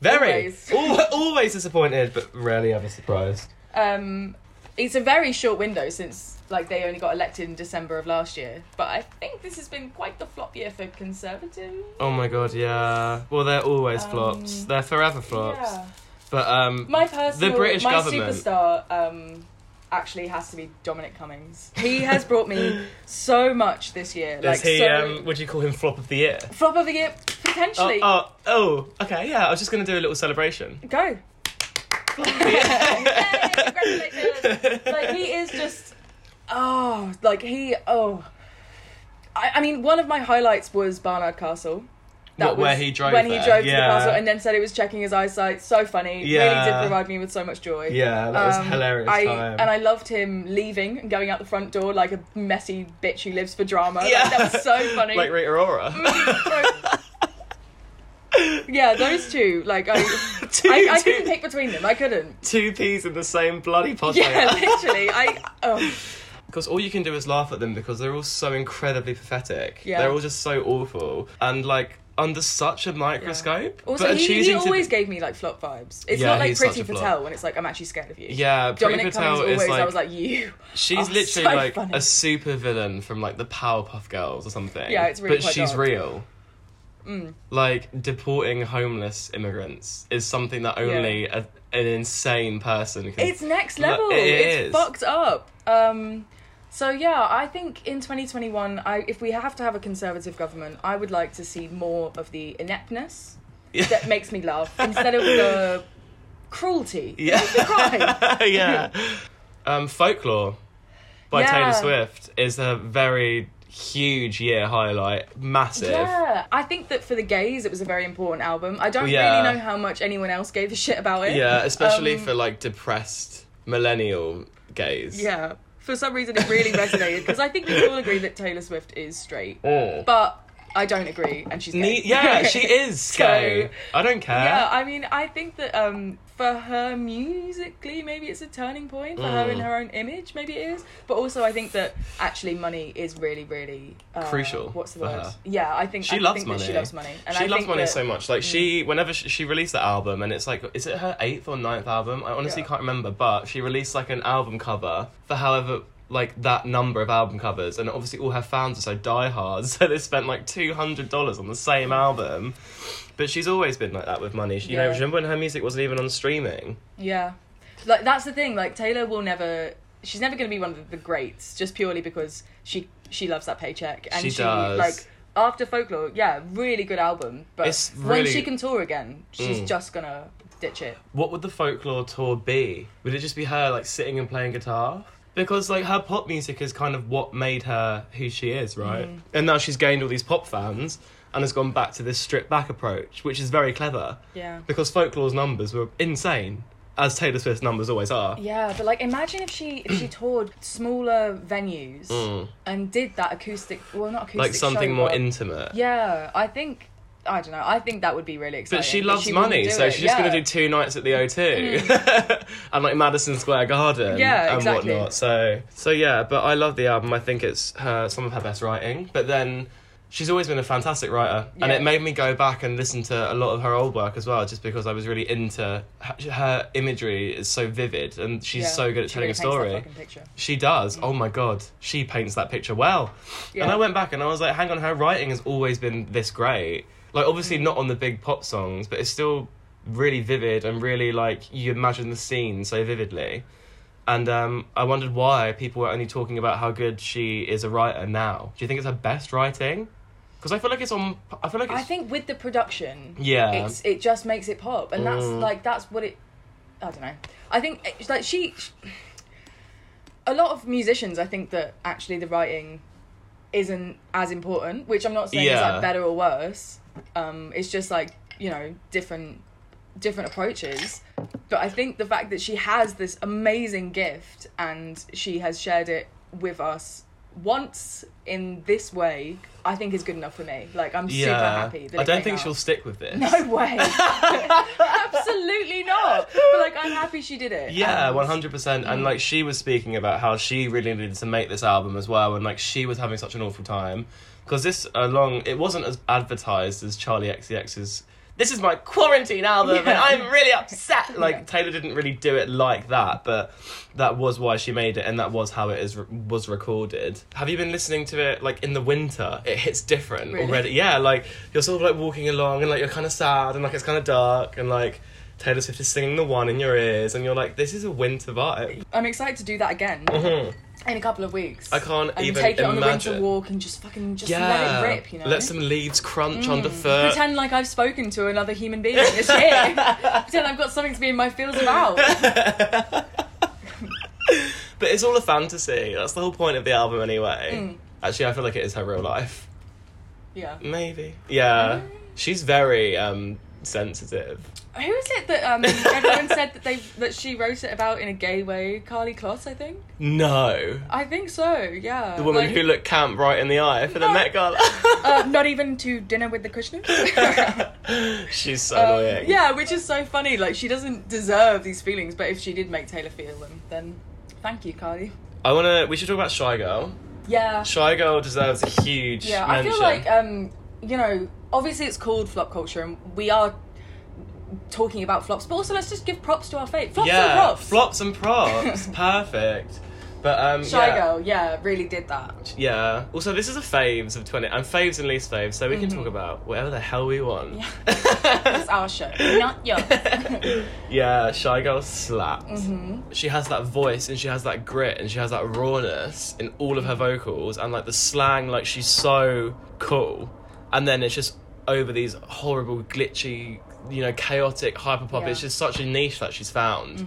A: Very!
B: Always.
A: Al- always disappointed, but rarely ever surprised.
B: um, it's a very short window since like they only got elected in December of last year. But I think this has been quite the flop year for conservatives.
A: Oh my god, yeah. Well, they're always
B: Um,
A: flops. They're forever flops.
B: Yeah.
A: But, um.
B: My
A: The
B: personal,
A: British
B: my
A: government.
B: superstar um, actually has to be Dominic Cummings. He has brought
A: <laughs>
B: me so much this year.
A: is
B: like
A: he,
B: so,
A: um, would you call him flop of the year?
B: flop of the year
A: Oh,
B: potentially.
A: oh, oh, okay, yeah, I was just gonna do a little
B: <laughs>
A: celebration.
B: Go. Yay,
A: <laughs>
B: congratulations. like he is just oh like he oh I, I mean one of my highlights was Barnard Castle.
A: What, where he drove
B: when
A: there?
B: he drove to
A: Yeah.
B: the castle and then said he was checking his eyesight. So funny.
A: Yeah.
B: Really did provide me with so much joy.
A: Yeah, that was
B: Um,
A: hilarious
B: I,
A: time.
B: And I loved him leaving and going out the front door like a messy bitch who lives for drama. Like,
A: Yeah.
B: that was so funny.
A: like Rita
B: <laughs>
A: Ora.
B: yeah, those two. Like
A: <laughs>
B: I,
A: <laughs> two,
B: I, I
A: two,
B: couldn't pick between them. I couldn't.
A: two peas in the same bloody pod.
B: Yeah, literally. I. Oh.
A: Because all you can do is laugh at them because they're all so incredibly pathetic.
B: Yeah.
A: They're all just so awful and like under such a microscope.
B: Also,
A: but
B: he, he
A: choosing to-
B: always gave me like flop vibes. It's
A: Yeah,
B: not like
A: he's such
B: Pretty
A: a flop.
B: Patel when it's like I'm actually scared of you.
A: Yeah, Priti
B: Dominic
A: Patel
B: Cummings
A: is
B: always.
A: like,
B: I was
A: <laughs>
B: like you.
A: she's
B: Oh,
A: literally
B: so
A: like
B: funny.
A: a super villain from like the Powerpuff Girls or something.
B: Yeah, it's really
A: But
B: quite
A: she's
B: dark. Mm.
A: real. Like deporting homeless immigrants is something that only a, an insane person can.
B: It's next level.
A: it
B: it's
A: is.
B: fucked up. Um, so yeah, I think in 2021, I if we have to have a conservative government, I would like to see more of the ineptness
A: <laughs>
B: that makes me laugh instead of the cruelty.
A: Yeah.
B: It's
A: <laughs>
B: a crime.
A: yeah. Um, Folklore by
B: Yeah.
A: Taylor Swift is a very huge year highlight. Massive.
B: Yeah, I think that for the gays, it was a very important album. I don't
A: Yeah.
B: really know how much anyone else gave a shit about it.
A: Yeah, especially
B: Um,
A: for like depressed millennial gays.
B: Yeah. For some reason, it really resonated because I think we can all agree that Taylor Swift is straight,
A: Mm.
B: but I don't agree, and she's gay.
A: Ne- yeah,
B: <laughs>
A: she is gay. I don't care.
B: yeah, I mean, I think that um, for her musically, maybe it's a turning point for her in
A: Mm.
B: her own image. Maybe it is, but also I think that actually money is really, really uh,
A: Crucial
B: What's the
A: for
B: word?
A: her.
B: Yeah, I think
A: She
B: I
A: loves
B: think
A: money.
B: That she loves money. And
A: she
B: I
A: loves
B: think
A: money
B: that- Mm.
A: so much. Like she, whenever she, she released that album, and it's like, is it her eighth or ninth album? I honestly
B: Yeah.
A: can't remember. But she released like an album cover for however like that number of album covers, and obviously all her fans are so diehard, <laughs> so they spent like two hundred dollars on the same album. But she's always been like that with money. You know,
B: Yeah.
A: remember when her music wasn't even on streaming?
B: Yeah. Like that's the thing, like Taylor will never she's never gonna be one of the greats just purely because she she loves that paycheck and
A: She
B: she,
A: does.
B: like after folklore, yeah, really good album. But
A: It's
B: when
A: really-
B: she can tour again, she's
A: Mm.
B: just gonna ditch it.
A: What would the folklore tour be? Would it just be her like sitting and playing guitar? Because like her pop music is kind of what made her who she is, right? And now she's gained all these pop fans and has gone back to this stripped back approach, which is very clever.
B: Yeah.
A: Because folklore's numbers were insane, as Taylor Swift's numbers always are.
B: Yeah, but like imagine if she if she toured smaller venues and did that acoustic well not acoustic
A: Mm. Like something
B: show,
A: more
B: but-
A: intimate.
B: Yeah, I think I don't know. I think that would be really exciting.
A: But she loves
B: wouldn't
A: money,
B: do
A: so
B: it.
A: she's just
B: Yeah. Mm.
A: gonna do two nights at the O2 <laughs> and like Madison Square Garden
B: Yeah,
A: and
B: exactly.
A: whatnot. So so yeah, but I love the album. I think it's her some of her best writing. But then she's always been a fantastic writer, and
B: Yeah.
A: it made me go back and listen to a lot of her old work as well, just because I was really into her, her imagery is so vivid, and she's
B: Yeah.
A: so good at
B: She
A: telling
B: really
A: a
B: paints that
A: story.
B: fucking picture.
A: She does. Oh my god, she paints that picture well. And
B: Yeah.
A: I went back and I was like, hang on, her writing has always been this great. Like, obviously
B: Mm.
A: not on the big pop songs, but it's still really vivid and really like you imagine the scene so vividly. And um, I wondered why people were only talking about how good she is a writer now. Do you think it's her best writing? Because I feel like it's on. I feel like it's.
B: I think with the production,
A: Yeah.
B: it's it just makes it pop, and that's
A: Mm.
B: like that's what it. I don't know. I think it's like she, a lot of musicians, I think that actually the writing isn't as important, which I'm not saying is
A: Yeah.
B: like better or worse. Um, it's just like you know different different approaches. But I think the fact that she has this amazing gift and she has shared it with us once in this way, I think is good enough for me. Like I'm super happy. That
A: I
B: it
A: don't
B: came
A: think
B: out.
A: she'll stick with this.
B: <laughs> No way. Absolutely not. But like, I'm happy she did it.
A: Yeah,
B: And-
A: one hundred percent. And like she was speaking about how she really needed to make this album as well, and like she was having such an awful time because this along it wasn't as advertised as Charlie XCX's. This is my quarantine album, and
B: Yeah.
A: I'm really upset. Like
B: Yeah.
A: Taylor didn't really do it like that, but that was why she made it, and that was how it is was recorded. Have you been listening to it like in the winter? It hits different
B: Really?
A: already. Yeah, like you're sort of like walking along, and like you're kind of sad, and like it's kind of dark, and like Taylor Swift is singing the one in your ears, and you're like, this is a winter vibe.
B: I'm excited to do that again in a couple of weeks.
A: I can't
B: and
A: even
B: take it on a
A: imagine.
B: winter walk and just fucking just
A: Yeah,
B: let it rip. You know. Mm.
A: let some uh, leaves crunch underfoot.
B: Pretend like I've spoken to another human being
A: <laughs>
B: this year. Pretend I've got something to be in my feels about.
A: <laughs> but it's all a fantasy. That's the whole point of the album, anyway.
B: Mm.
A: Actually, I feel like it is her real life.
B: Yeah.
A: Maybe. Yeah, she's very um, sensitive.
B: Who is it that um, everyone said that they that she wrote it about in a gay way? Carly Kloss, I think.
A: No,
B: I think so. Yeah.
A: the woman
B: Like,
A: who looked camp right in the eye for the
B: No.
A: Met Gala.
B: <laughs> uh, not even to dinner with
A: <laughs>
B: the Kushner.
A: she's so
B: Um,
A: annoying.
B: yeah, which is so funny. Like she doesn't deserve these feelings, but if she did make Taylor feel them, then thank you, Cardi.
A: I wanna. We should talk about Shy Girl.
B: Yeah,
A: Shy Girl deserves a huge
B: yeah. I
A: mention.
B: feel like um, you know, obviously it's called flop culture, and we are talking about flops, but also let's just give props to our fate. Flops
A: yeah,
B: are props.
A: flops and
B: <laughs>
A: props. Perfect. But um,
B: Shy
A: yeah.
B: girl, yeah, really did that.
A: Yeah. Also, this is a faves of twenty. I'm faves and least faves, so we can talk about whatever the hell we want.
B: Mm-hmm.
A: <laughs>
B: Yeah. It's our show, not yours.
A: yeah, Shy Girl slaps.
B: Mhm.
A: She has that voice and she has that grit and she has that rawness in all of her vocals and like the slang, like she's so cool. And then it's just over these horrible, glitchy, you know, chaotic hyper pop. It's
B: Yeah. Mm-hmm.
A: just such a niche that she's found.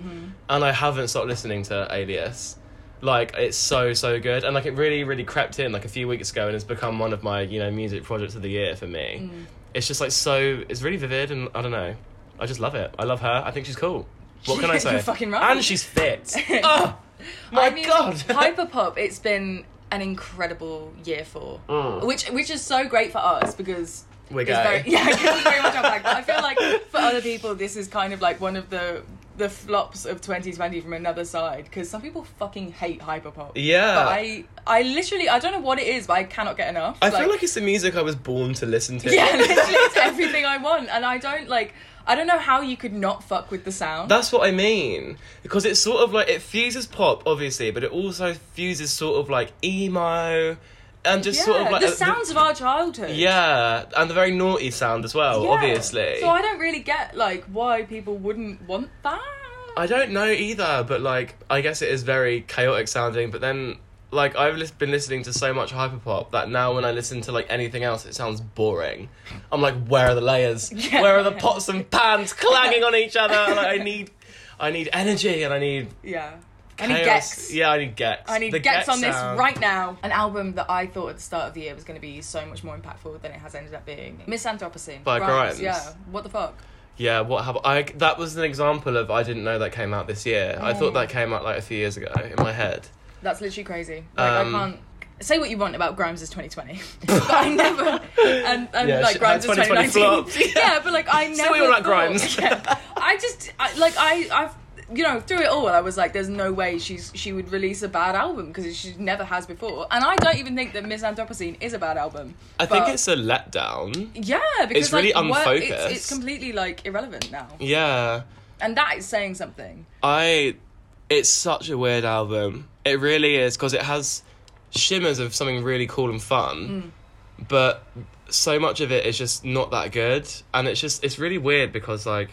A: And I haven't stopped listening to Alias. Like it's so so good, and like it really really crept in like a few weeks ago, and has become one of my you know music projects of the year for me
B: Mm.
A: it's just like so it's really vivid and i don't know i just love it i love her i think she's cool what can i say
B: <laughs> You're fucking right.
A: and she's
B: <laughs>
A: fit <laughs> oh <laughs> my
B: I mean,
A: god <laughs>
B: hyperpop. It's been an incredible year for,
A: Mm.
B: which which is so great for us because
A: we're
B: It's
A: gay
B: very, <laughs> yeah, it's very much our bag. But I feel like for other people, this is kind of like one of the the flops of 2020 from another side because some people fucking hate hyperpop.
A: Yeah.
B: But I I literally I don't know what it is, but I cannot get enough.
A: i feel like it's the music i was born to listen to
B: yeah, <laughs> literally it's everything I want, and I don't like I don't know how you could not fuck with the sound.
A: That's what I mean. Because it's sort of like it fuses pop, obviously, but it also fuses sort of like emo and just
B: yeah,
A: sort of like
B: the
A: a-
B: sounds of our childhood.
A: yeah, and the very naughty sound as well,
B: Yeah.
A: obviously.
B: So I don't really get like why people wouldn't want that.
A: I don't know either, but like I guess it is very chaotic sounding. But then like I've lis- been listening to so much hyperpop that now when I listen to like anything else, it sounds boring. I'm like, where are the layers?
B: Yeah.
A: Where are the pots and
B: <laughs>
A: pans clanging on each other? Like, I need, I need energy and I need.
B: Yeah. I need
A: chaos.
B: Gex.
A: Yeah, I need Gex.
B: I need
A: The
B: Gex on this
A: sound.
B: right now. An album that I thought at the start of the year was going to be so much more impactful than it has ended up being. Misanthropocene.
A: By Grimes.
B: Yeah. What the fuck?
A: Yeah, what have I? That was an example of I didn't know that came out this year. I thought
B: Yeah.
A: that came out like a few years ago in my head.
B: That's literally crazy. Like,
A: Um,
B: I can't. Say what you want about Grimes is 2020, <laughs> but I never and, and
A: Yeah,
B: like
A: she-
B: Grimes
A: her
B: is
A: 2020
B: 2019.
A: flopped.
B: <laughs> Yeah. but like
A: <laughs>
B: I never.
A: what you want about
B: thought-
A: Grimes.
B: <laughs> Yeah. I just I, like I I've you know through it all I was like, there's no way she's she would release a bad album because she never has before, and I don't even think that Misanthropocene is a bad album.
A: I think
B: But-
A: it's a letdown.
B: Yeah, because
A: really
B: like, what- It's, it's
A: unfocused.
B: completely like irrelevant now,
A: Yeah,
B: and that is saying something.
A: I. It's such a weird album. It really is because it has shimmers of something really cool and fun,
B: Hmm.
A: but so much of it is just not that good, and it's just it's really weird because like.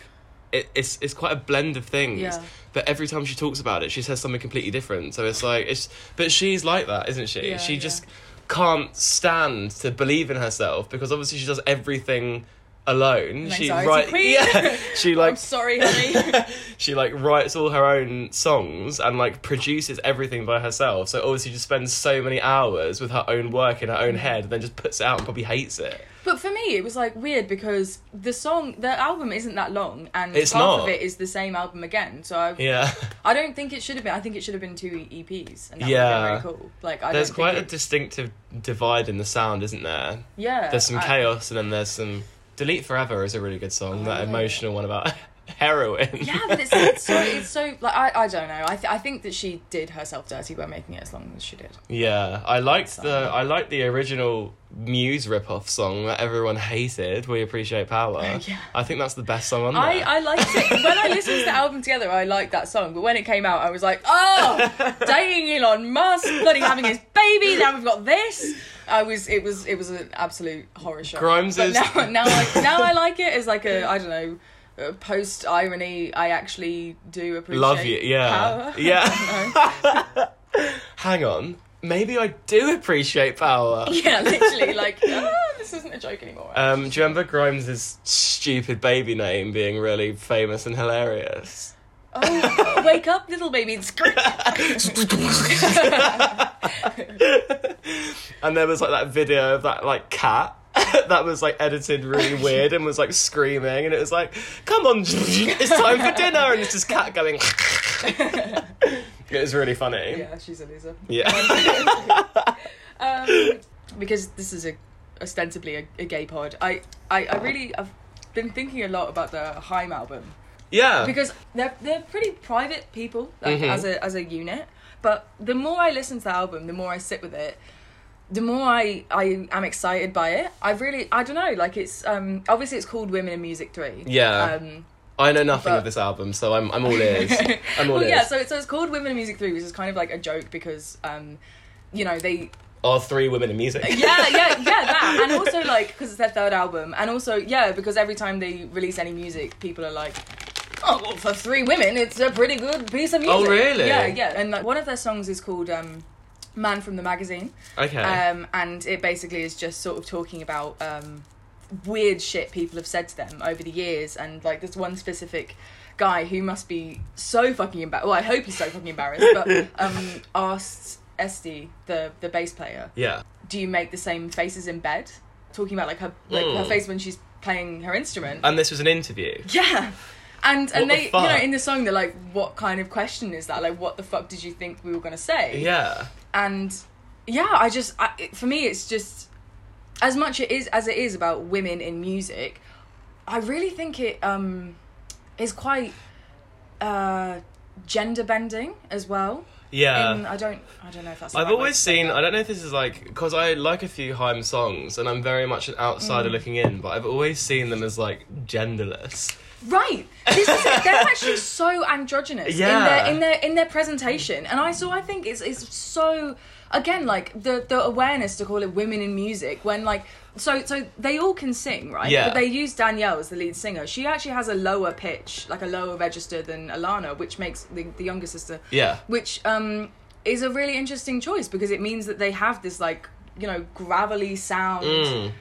A: It, it's it's quite a blend of things,
B: Yeah.
A: but every time she talks about it, she says something completely different. So it's like it's, but she's like that, isn't she?
B: Yeah,
A: she
B: yeah.
A: just can't stand to believe in herself because obviously she does everything alone.
B: An
A: she
B: anxiety queen.
A: <laughs> yeah, she like
B: <laughs> I'm sorry, honey.
A: <laughs>
B: <laughs>
A: she like writes all her own songs and like produces everything by herself. So obviously, she just spends so many hours with her own work in her own head, and then just puts it out and probably hates it.
B: But for me, it was like weird because the song, the album isn't that long, and
A: It's
B: half
A: not.
B: of it is the same album again. So I,
A: Yeah,
B: I don't think it should have been. I think it should have been two EPs, and that
A: Yeah.
B: would have been really cool. Like I
A: there's
B: don't
A: quite a
B: think it-
A: distinctive divide in the sound, isn't there?
B: yeah.
A: There's some
B: Uh, I-
A: chaos, and then there's some. Delete Forever is a really good song.
B: Oh,
A: that
B: yeah.
A: emotional one about <laughs> heroin.
B: <laughs> Yeah, but it's, it's so it's so like I, I don't know. I th- I think that she did herself dirty by making it as long as she did.
A: <laughs> Yeah, I liked
B: Song.
A: the I liked the original Muse ripoff song that everyone hated. We appreciate power.
B: <laughs> Yeah.
A: I think that's the best song on there.
B: I, I liked it. when I listened to the album together, I liked that song. But when it came out, I was like,
A: <laughs>
B: oh, dating Elon Musk, bloody having his baby. Now we've got this. I was, it was, it was an absolute horror show.
A: Grimes
B: but
A: is-
B: now, now, I, now I like it as like a, I don't know, post irony. I actually do appreciate.
A: Love you. Yeah.
B: power. <laughs> I
A: Yeah. <laughs> Hang on. Maybe I do appreciate power.
B: don't know. <laughs> yeah, literally, like ah, this isn't a joke anymore.
A: Um, do you remember Grimes' stupid baby name being really famous and hilarious? <laughs>
B: oh, wake up, little baby! and scream.
A: And there was like that video of that like cat <laughs> that was like edited
B: <laughs>
A: really weird and was like screaming and it was like, come on, <laughs> it's time for dinner and it's just cat
B: <laughs>
A: going. <laughs> it was really funny.
B: yeah, she's a loser.
A: Yeah.
B: um, because this is a ostensibly a, a gay pod. I, I, I really I've been thinking a lot about the Heim album
A: Yeah.
B: because they're they're pretty private people like,
A: Mhm.
B: as a as a unit. But the more I listen to the album, the more I sit with it. The more I, I am excited by it, I really I don't know like it's um obviously it's called Women in Music Three
A: Yeah.
B: um
A: I know nothing
B: but-
A: of this album, so I'm, I'm all
B: <laughs>
A: ears. I'm all
B: well
A: ears.
B: yeah so, it's- so it's called Women in Music Three which is kind of like a joke because um you know they
A: Are three women in music?
B: yeah, yeah, yeah, that. And also, like, because it's their third album. And also, yeah, because every time they release any music, people are like, oh, well, for three women, it's a pretty good piece of music.
A: Oh, really?
B: Yeah, yeah. And like, one of their songs is called um, Man from the Magazine.
A: Okay.
B: Um, and it basically is just sort of talking about um, weird shit people have said to them over the years. And like, there's one specific guy who must be so fucking embarrassed. Well, I hope he's so fucking embarrassed,
A: <laughs>
B: but um, asked Esty, the, the bass player,
A: yeah.
B: do you make the same faces in bed? Talking about like her like
A: Mm.
B: her face when she's playing her instrument.
A: And this was an interview.
B: yeah. And
A: What
B: and
A: the
B: they you know
A: fuck?
B: in the song they're like, what kind of question is that? Like, what the fuck did you think we were gonna say?
A: Yeah.
B: And yeah, I just I, it, for me it's just as much it is as it is about women in music. I really think it um is quite uh gender bending as well.
A: Yeah.
B: in, I don't I don't know if that's. the
A: I've
B: right way
A: always
B: to say
A: seen,
B: that.
A: I don't know if this is like, because I like a few Heim songs and I'm very much an outsider
B: Mm.
A: looking in, but I've always seen them as like genderless.
B: Right. This is it. They're actually so androgynous
A: Yeah.
B: in their in their in their presentation. And I so I think it's it's so again like the the awareness to call it women in music when like so so they all can sing, right?
A: Yeah.
B: But they use Danielle as the lead singer. She actually has a lower pitch, like a lower register than Alana, which makes the, the younger sister
A: Yeah.
B: which um is a really interesting choice because it means that they have this like you know gravelly sound
A: Mm.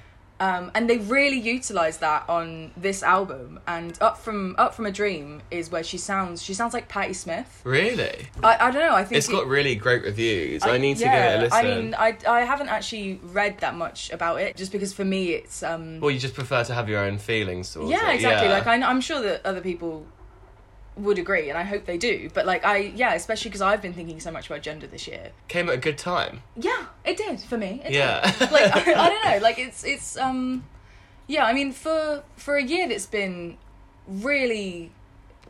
B: um, and they really utilize that on this album and up from up from a dream is where she sounds she sounds like patti smith
A: Really?
B: i, I don't know i think
A: It's
B: it-
A: got really great reviews. I, need to
B: yeah,
A: give it a listen.
B: i mean I, I haven't actually read that much about it just because for me it's um
A: well, you just prefer to have your own feelings towards
B: yeah
A: it.
B: exactly
A: yeah.
B: like I, i'm sure that other people would agree and i hope they do but like i yeah especially because i've been thinking so much about gender this year
A: Came at a good time.
B: yeah it did for me it
A: Yeah.
B: did. like I, I don't know
A: <laughs>
B: like it's it's um yeah i mean for for a year that's been really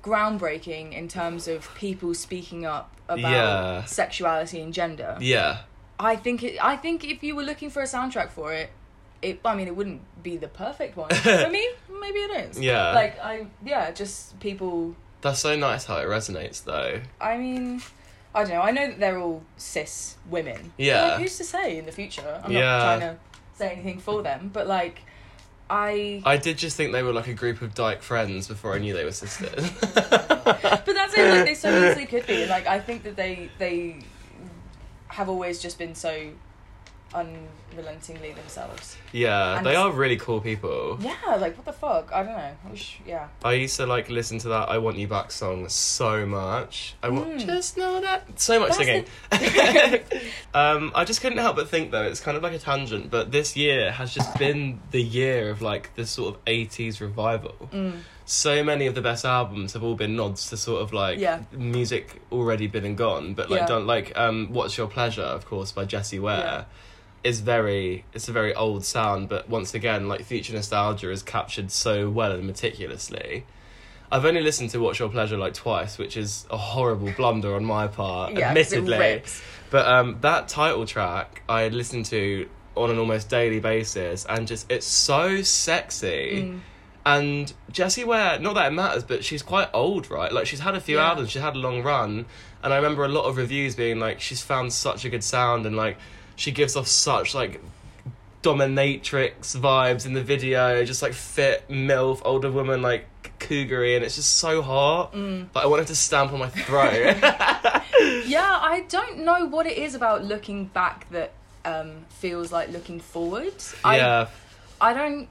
B: groundbreaking in terms of people speaking up about
A: Yeah.
B: sexuality and gender
A: Yeah.
B: i think it i think if you were looking for a soundtrack for it it i mean it wouldn't be the perfect
A: <laughs>
B: one for me maybe it is
A: Yeah.
B: like i yeah just people
A: That's so nice how it resonates, though.
B: I mean, I don't know. I know that they're all cis women. But,
A: Yeah.
B: like, who's to say in the future? I'm
A: Yeah.
B: not trying to say anything for them, but like, I.
A: I did just think they were like a group of dyke friends before I knew they were sisters.
B: <laughs> But that's it. Like they so easily could be. And, Like I think that they they have always just been so unrelentingly themselves.
A: yeah,
B: And
A: they
B: it's-
A: are really cool people.
B: Yeah. Like what the fuck? I don't know. I wish. Yeah.
A: I used to like listen to that "I Want You Back" song so much. I want
B: Mm.
A: just know that so much
B: That's
A: singing. <laughs>
B: <laughs>
A: um, I just couldn't help but think though it's kind of like a tangent, but this year has just been the year of like this sort of '80s revival. So many of the best albums have all been nods to sort of like
B: Yeah.
A: music already been and gone, but like
B: Yeah.
A: don't like um, "What's Your Pleasure" of course by Jesse Ware.
B: Yeah.
A: Is very it's a very old sound, but once again, like future nostalgia is captured so well and meticulously. I've only listened to Watch Your Pleasure like twice, which is a horrible blunder on my part,
B: Yeah. 'cause
A: admittedly.
B: It rips.
A: But um, that title track I listened to on an almost daily basis, and just it's so sexy.
B: Mm.
A: And Jessie Ware, not that it matters, but she's quite old, right? Like she's had a few
B: Yeah.
A: albums, she's had a long run, and I remember a lot of reviews being like, she's found such a good sound, and like she gives off such like dominatrix vibes in the video, just like fit milf older woman like cougary, and it's just so hot.
B: Mm.
A: But I wanted to stamp on my throat.
B: Yeah. I don't know what it is about looking back that um, feels like looking forward. <laughs> I
A: yeah,
B: I don't.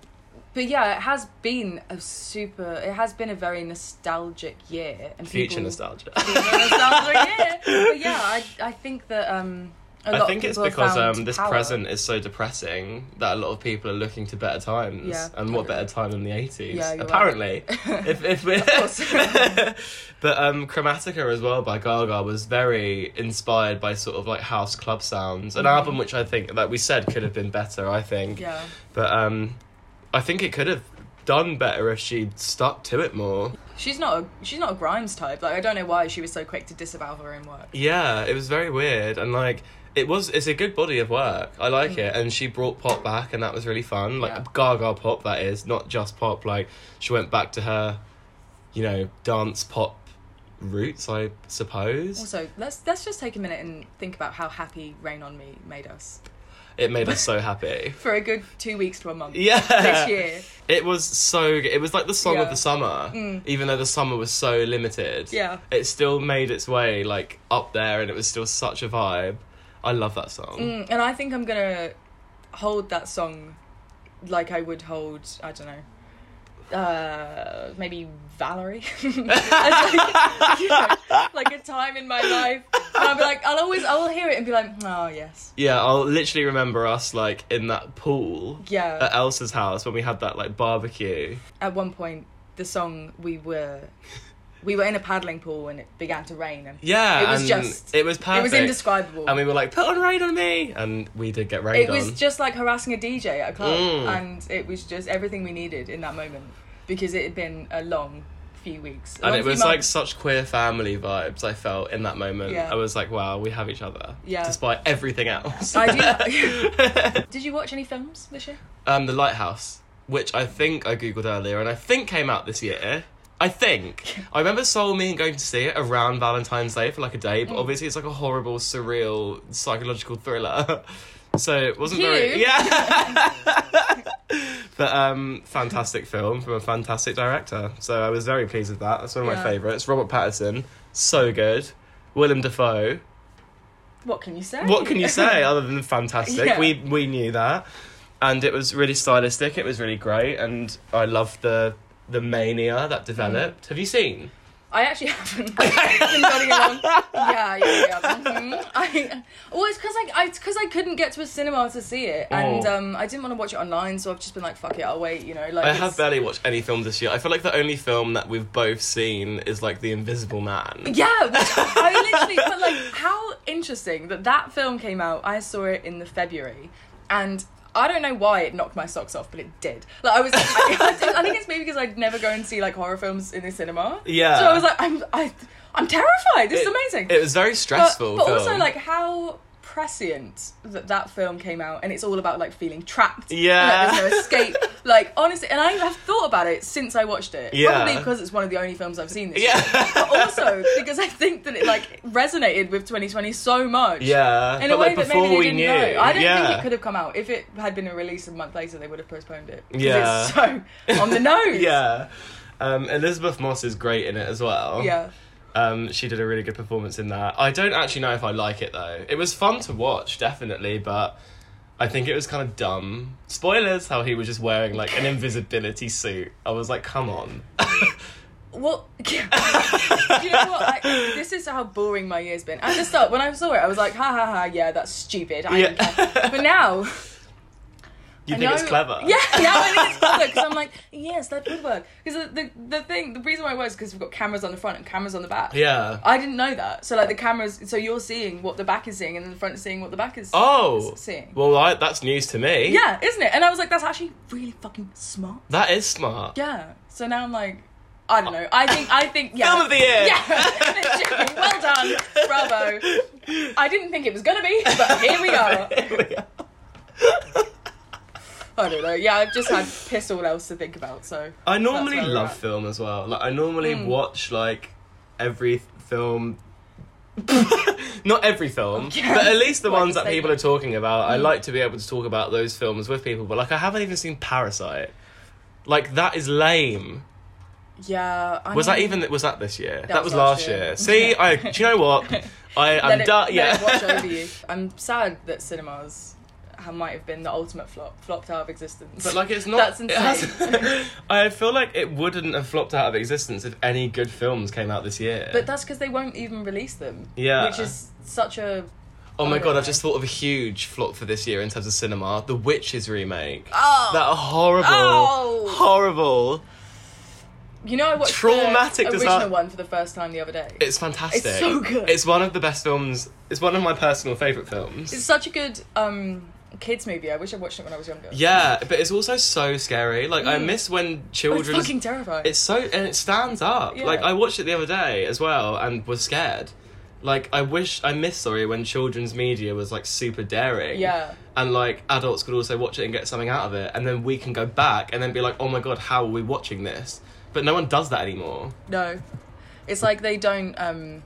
B: But yeah, it has been a super. It has been a very nostalgic year and
A: future
B: people-
A: nostalgia.
B: Future nostalgic year. But yeah, I I think that um. A lot
A: I think
B: of
A: it's
B: people
A: because
B: have found
A: um, this
B: power.
A: present is so depressing that a lot of people are looking to better times.
B: Yeah.
A: And what better time than the 80s?
B: Yeah, you're right. <laughs>
A: apparently. if, if we're...
B: course.
A: <laughs> but um, Chromatica as well by Gaga was very inspired by sort of like house club sounds. An album which I think, like we said, could have been better, I think.
B: Mm-hmm. Yeah,
A: But um, I think it could have done better if she'd stuck to it more.
B: she's not a she's not a Grimes type. Like I don't know why she was so quick to disavow her own work.
A: Yeah, it was very weird and like it was it's a good body of work. I like it and she brought pop back and that was really fun. Like
B: Mm. Yeah.
A: Gaga pop that is, not just pop like she went back to her you know, dance pop roots, I suppose.
B: Also, let's let's just take a minute and think about how happy Rain on Me made us
A: It made us so
B: <laughs>
A: happy.
B: for a good two weeks to a month
A: Yeah.
B: this year.
A: It was so good. It was like the song of
B: Yeah. Mm.
A: the summer, even though the summer was so limited.
B: Yeah.
A: It still made its way like up there and it was still such a vibe. I love that song.
B: Mm, and I think I'm gonna hold that song like I would hold I don't know. Uh, maybe Valerie. <laughs> As like, <laughs> you know, like a time in my life, and I'll be like, I'll always, I'll hear it and be like, oh yes,
A: Yeah, I'll literally remember us like in that pool at
B: yeah.
A: Elsa's house when we had that like barbecue.
B: At one point, the song we were, we were in a paddling pool and it began to rain and
A: Yeah,
B: It was
A: and
B: just-
A: it was perfect.
B: it was indescribable.
A: and we were like, "Put on rain on me," and we did get rained
B: it was
A: on.
B: just like harassing a DJ at a club,
A: Mm.
B: and it was just everything we needed in that moment because it had been a long few weeks. a
A: and
B: long
A: it
B: few
A: was like
B: months.
A: such queer family vibes. I felt in that moment.
B: Yeah.
A: I was like, "Wow, we have each other."
B: Yeah.
A: Despite everything else.
B: I
A: <laughs>
B: <laughs> Did you watch any films this year?
A: um, the lighthouse, which I think I googled earlier, and I think came out this year. I think I remember Soul Me and going to see it around Valentine's Day for like a day, but obviously it's like a horrible, surreal, psychological thriller. <laughs> so it wasn't very
B: Cute.
A: yeah. but um, fantastic film from a fantastic director. So I was very pleased with that. That's one of my
B: Yeah.
A: favourites. Robert Patterson, so good. Willem Dafoe,
B: What can you say?
A: What can you say other than fantastic?
B: Yeah.
A: We we knew that, and it was really stylistic. It was really great, and I loved the the mania that developed. Have you seen?
B: <laughs> I actually haven't <laughs> been nodding along. Yeah, yeah, yeah. mhm. I, well, it's because I, I, it's 'cause I couldn't get to a cinema to see it, and
A: Oh.
B: um, I didn't want to watch it online, so I've just been like, fuck it, I'll wait. You know, like
A: I
B: it's-
A: have barely watched any films this year. I feel like the only film that we've both seen is like The Invisible Man. <laughs>
B: Yeah, which I literally felt like how interesting that that film came out. I saw it in the February, and I don't know why it knocked my socks off, but it did. Like I was, I, I think it's maybe because I'd never go and see like horror films in the cinema.
A: Yeah.
B: So I was like, I'm, I, I'm terrified. This is
A: It-
B: amazing.
A: It was very
B: but,
A: stressful.
B: but
A: film.
B: also like how prescient that that film came out and it's all about like feeling trapped and,
A: Yeah.
B: like, there's
A: <laughs>
B: no escape like honestly and i have thought about it since i watched it
A: Yeah.
B: probably because it's one of the only films i've seen this year
A: yeah,
B: but also because I think that it like resonated with 2020 so
A: <laughs>
B: much.
A: yeah.
B: In
A: but
B: a way
A: like
B: that
A: before
B: maybe they
A: we
B: didn't
A: knew,
B: know. I don't
A: yeah.
B: think it could have come out. If it had been released a month later, they would have postponed it. 'Cause
A: Yeah.
B: It's so on the
A: <laughs>
B: nose.
A: Yeah. Um, Elizabeth Moss is great in it as well.
B: Yeah.
A: Um, she did a really good performance in that. I don't actually know if I like it though. It was fun to watch, definitely, but I think it was kind of dumb. Spoilers! How he was just wearing like an invisibility suit. I was like, come on.
B: Well, <laughs> yeah. Do you know what? Like, this is how boring my year's been. At the start, when I saw it, I was like, ha ha ha, yeah, that's stupid. I
A: <laughs>
B: don't
A: Yeah.
B: care. <laughs> But
A: <laughs>
B: now,
A: You
B: I
A: think it's
B: know-
A: clever?
B: <laughs> Yeah, yeah, I think it's clever because I'm like, yes, that would work. Because the, the the thing, the reason why it works because we've got cameras on the front and cameras on the back.
A: Yeah.
B: I didn't know that. So like the cameras, so you're seeing what the back is seeing, and the front is seeing what the back is <laughs>
A: Oh.
B: seeing.
A: Well, I, that's news to me.
B: yeah, isn't it? And I was like, that's actually really fucking smart.
A: That is smart.
B: Yeah. So now I'm like, I don't know. I think I think yeah.
A: Film of the year.
B: Yeah. <laughs> Literally. well done. Bravo.
A: <laughs>
B: I didn't think it was gonna be, but here we are.
A: Here we are.
B: I don't know. Yeah, I've just had piss all else to think about. So
A: I normally
B: where we're
A: love
B: at.
A: film as well. Like I normally
B: Mm.
A: watch like every
B: <laughs>
A: film. Not every film,
B: Yeah.
A: but at least the
B: Quite
A: ones
B: the
A: that people are
B: statement.
A: talking about.
B: Hmm.
A: I like to be able to talk about those films with people, but like I haven't even seen Parasite. Like that is lame.
B: yeah. I
A: Was that
B: mean-
A: even was that this year? That, was,
B: was
A: last
B: last
A: year.
B: year.
A: See, I do you know
B: <laughs>
A: what? I
B: Let
A: am
B: it-
A: done.
B: let
A: Yeah.
B: it wash
A: <laughs>
B: over you. I'm sad that cinemas ha- might have been the ultimate flop, flopped out of existence.
A: But like, it's not.
B: That's
A: it
B: insane. <laughs>
A: has- I feel like it wouldn't have flopped out of existence if any good films came out this year.
B: But that's because they won't even release them.
A: Yeah.
B: Which is such a.
A: oh my
B: I
A: god,
B: don't
A: I've just thought of a huge flop for this year in terms of cinema: The Witches remake.
B: Oh.
A: That horrible,
B: Oh.
A: horrible.
B: you know, I watched
A: traumatic
B: the original
A: design-
B: one for the first time the other day.
A: It's fantastic.
B: It's so good.
A: It's one of the best films. It's one of my personal favorite films.
B: It's such a good um, kids movie. I wish I watched it when I was younger.
A: yeah, but it's also so scary. Like I
B: Mm.
A: miss when
B: But It's
A: children.
B: fucking terrifying.
A: It's so and it stands up.
B: Yeah.
A: Like I watched it the other day as well and was scared. Like I wish I miss sorry when children's media was like super daring.
B: Yeah.
A: And like adults could also watch it and get something out of it, and then we can go back and then be like, oh my god, how are we watching this? But no one does that anymore.
B: no. It's like they don't um,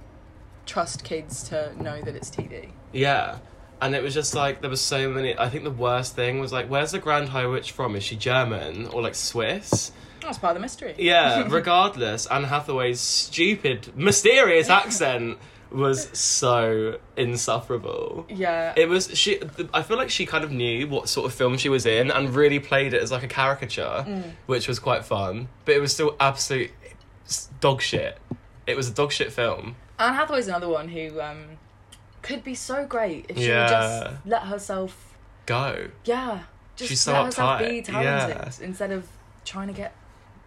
B: trust kids to know that it's TV.
A: Yeah. And it was just like there was so many. I think the worst thing was like, where's the Grand High Witch from? Is she German or like Swiss?
B: That's part of the mystery. <laughs>
A: Yeah, regardless, Anne Hathaway's stupid, mysterious accent was so insufferable.
B: Yeah.
A: It was she. th- I feel like she kind of knew what sort of film she was in and really played it as like a caricature,
B: Mm.
A: which was quite fun. But it was still absolute s- dog shit. It was a dog shit film.
B: Anne Hathaway's another one who um, could be so great if she
A: Yeah.
B: would just let herself,
A: Go.
B: yeah, just
A: She's so
B: let herself be
A: uptight,
B: talented instead of trying to get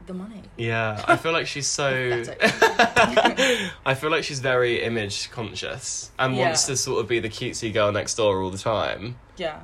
B: the money.
A: Yeah, I feel like she's so.
B: <laughs> That's
A: <laughs> I feel like she's very image conscious and wants
B: Yeah.
A: to sort of be the cutesy girl next door all the time.
B: Yeah.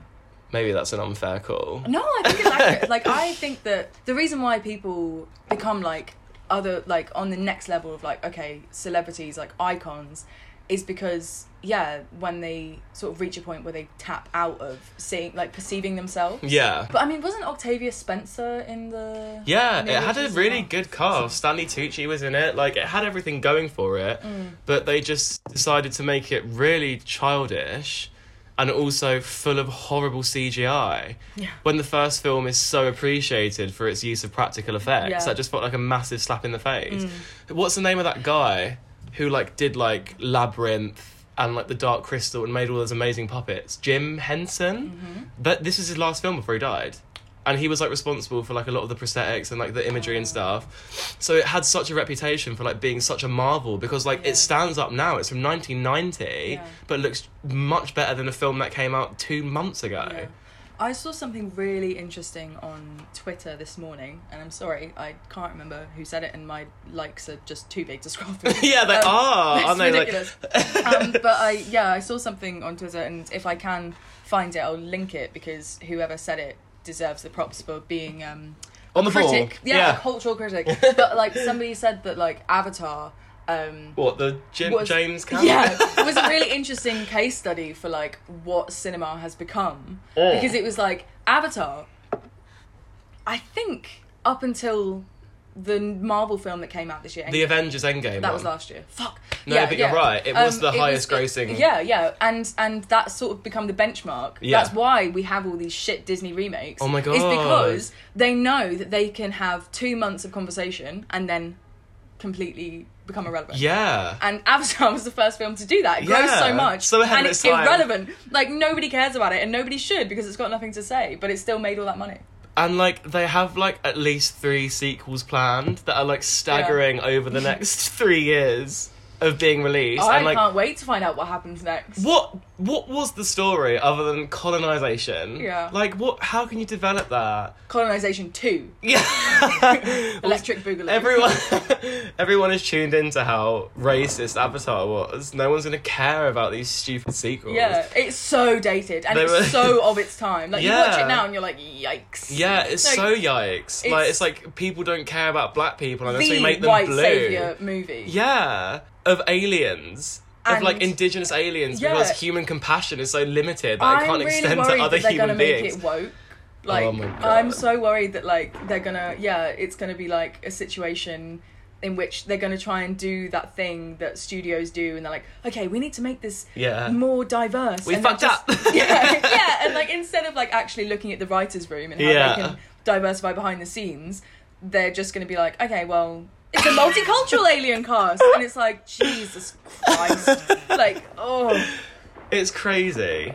A: Maybe that's an unfair call.
B: No, I think it's accurate. like
A: <laughs>
B: I think that the reason why people become like other like on the next level of like okay celebrities like icons is because yeah when they sort of reach a point where they tap out of seeing like perceiving
A: <laughs>
B: themselves.
A: Yeah.
B: But I mean, wasn't Octavia Spencer in the?
A: Yeah,
B: in the
A: it had a
B: original
A: really
B: one?
A: good cast. Stanley Tucci was in it. Like, it had everything going for it,
B: Mm.
A: but they just decided to make it really childish and also full of horrible CGI.
B: Yeah.
A: When the first film is so appreciated for its use of practical effects,
B: Yeah. Mm.
A: that just felt like a massive slap in the face. What's the name of that guy who like did like Labyrinth? and like the Dark Crystal and made all those amazing puppets. Jim
B: Mm.
A: Henson,
B: Mm-hmm.
A: that this is his last film before he died, and he was like responsible for like a lot of the prosthetics and like the imagery and stuff. So it had such a reputation for like being such a marvel because like
B: Yeah.
A: it stands up now. It's from 1990,
B: Yeah.
A: but looks much better than a film that came out two months ago.
B: Yeah. I saw something really interesting on Twitter this morning, and I'm sorry, I can't remember who said it, and my likes are just too big to scroll
A: <laughs> <laughs>
B: through. Um,
A: Yeah, they are,
B: it's
A: aren't they? Like- <laughs>
B: ridiculous. um, but I, yeah, I saw something on Twitter, and if I can find it, I'll link it because whoever said it deserves the props for being um,
A: On the
B: critic.
A: ball.
B: Yeah, a cultural
A: <laughs>
B: critic. but like somebody said that like Avatar. Um,
A: What the Jim,
B: was-
A: James Cameron?
B: <laughs> yeah, it was a really interesting case study for like what cinema has become
A: Yeah.
B: because it was like Avatar. I think up until the Marvel film that came out this year,
A: The Avengers Endgame.
B: that
A: one.
B: was last year. Fuck. Um,
A: No, but you're right. It was the highest grossing-
B: Yeah, yeah, and and that's sort of become the benchmark.
A: Yeah.
B: That's why we have all these shit Disney remakes.
A: Oh my
B: Is
A: God.
B: because they know that they can have two months of conversation and then completely become irrelevant.
A: Yeah.
B: And Avatar was the first film to do that. It grossed
A: Yeah.
B: so much,
A: So ahead of
B: and
A: its
B: it's
A: time.
B: irrelevant. Like nobody cares about it, and nobody should because it's got nothing to say. But it still made all that money.
A: and like they have like at least three sequels planned that are like staggering over
B: <laughs>
A: the next three years of being released.
B: I
A: and like
B: can't wait to find out what happens next.
A: what what was the story other than colonization?
B: Yeah.
A: Like what how can you develop that? <laughs>
B: Colonization two,
A: Yeah.
B: Electric Boogaloo.
A: Everyone, everyone <laughs> is tuned into how racist Avatar was. No one's gonna care about these stupid sequels.
B: Yeah, it's so dated and
A: Oh. They
B: it's
A: were-
B: so of its time. Like you watch
A: Yeah.
B: it now and you're like, yikes.
A: Yeah, it's
B: Like,
A: so yikes. like
B: it's-
A: it's like people don't care about black people unless
B: the
A: we make them
B: white
A: blue.
B: savior movie.
A: Yeah, of aliens. Of
B: And-
A: like indigenous aliens
B: Yeah.
A: because human compassion is so limited that
B: I'm
A: it can't
B: really
A: extend
B: worried
A: to other
B: that they're
A: human
B: gonna
A: beings.
B: make it woke. Like
A: Oh my God.
B: I'm so worried that like they're gonna yeah it's gonna be like a situation in which they're gonna try and do that thing that studios do and they're like okay we need to make this
A: Yeah.
B: more diverse.
A: We
B: and they're
A: fucked
B: just-
A: up.
B: <laughs> yeah,
A: <laughs>
B: yeah, and like instead of like actually looking at the writers' room and how
A: Yeah.
B: they can diversify behind the scenes, they're just going to be like, okay, well, it's a
A: <laughs>
B: multicultural alien cast, and it's like Jesus Christ, like oh,
A: It's crazy.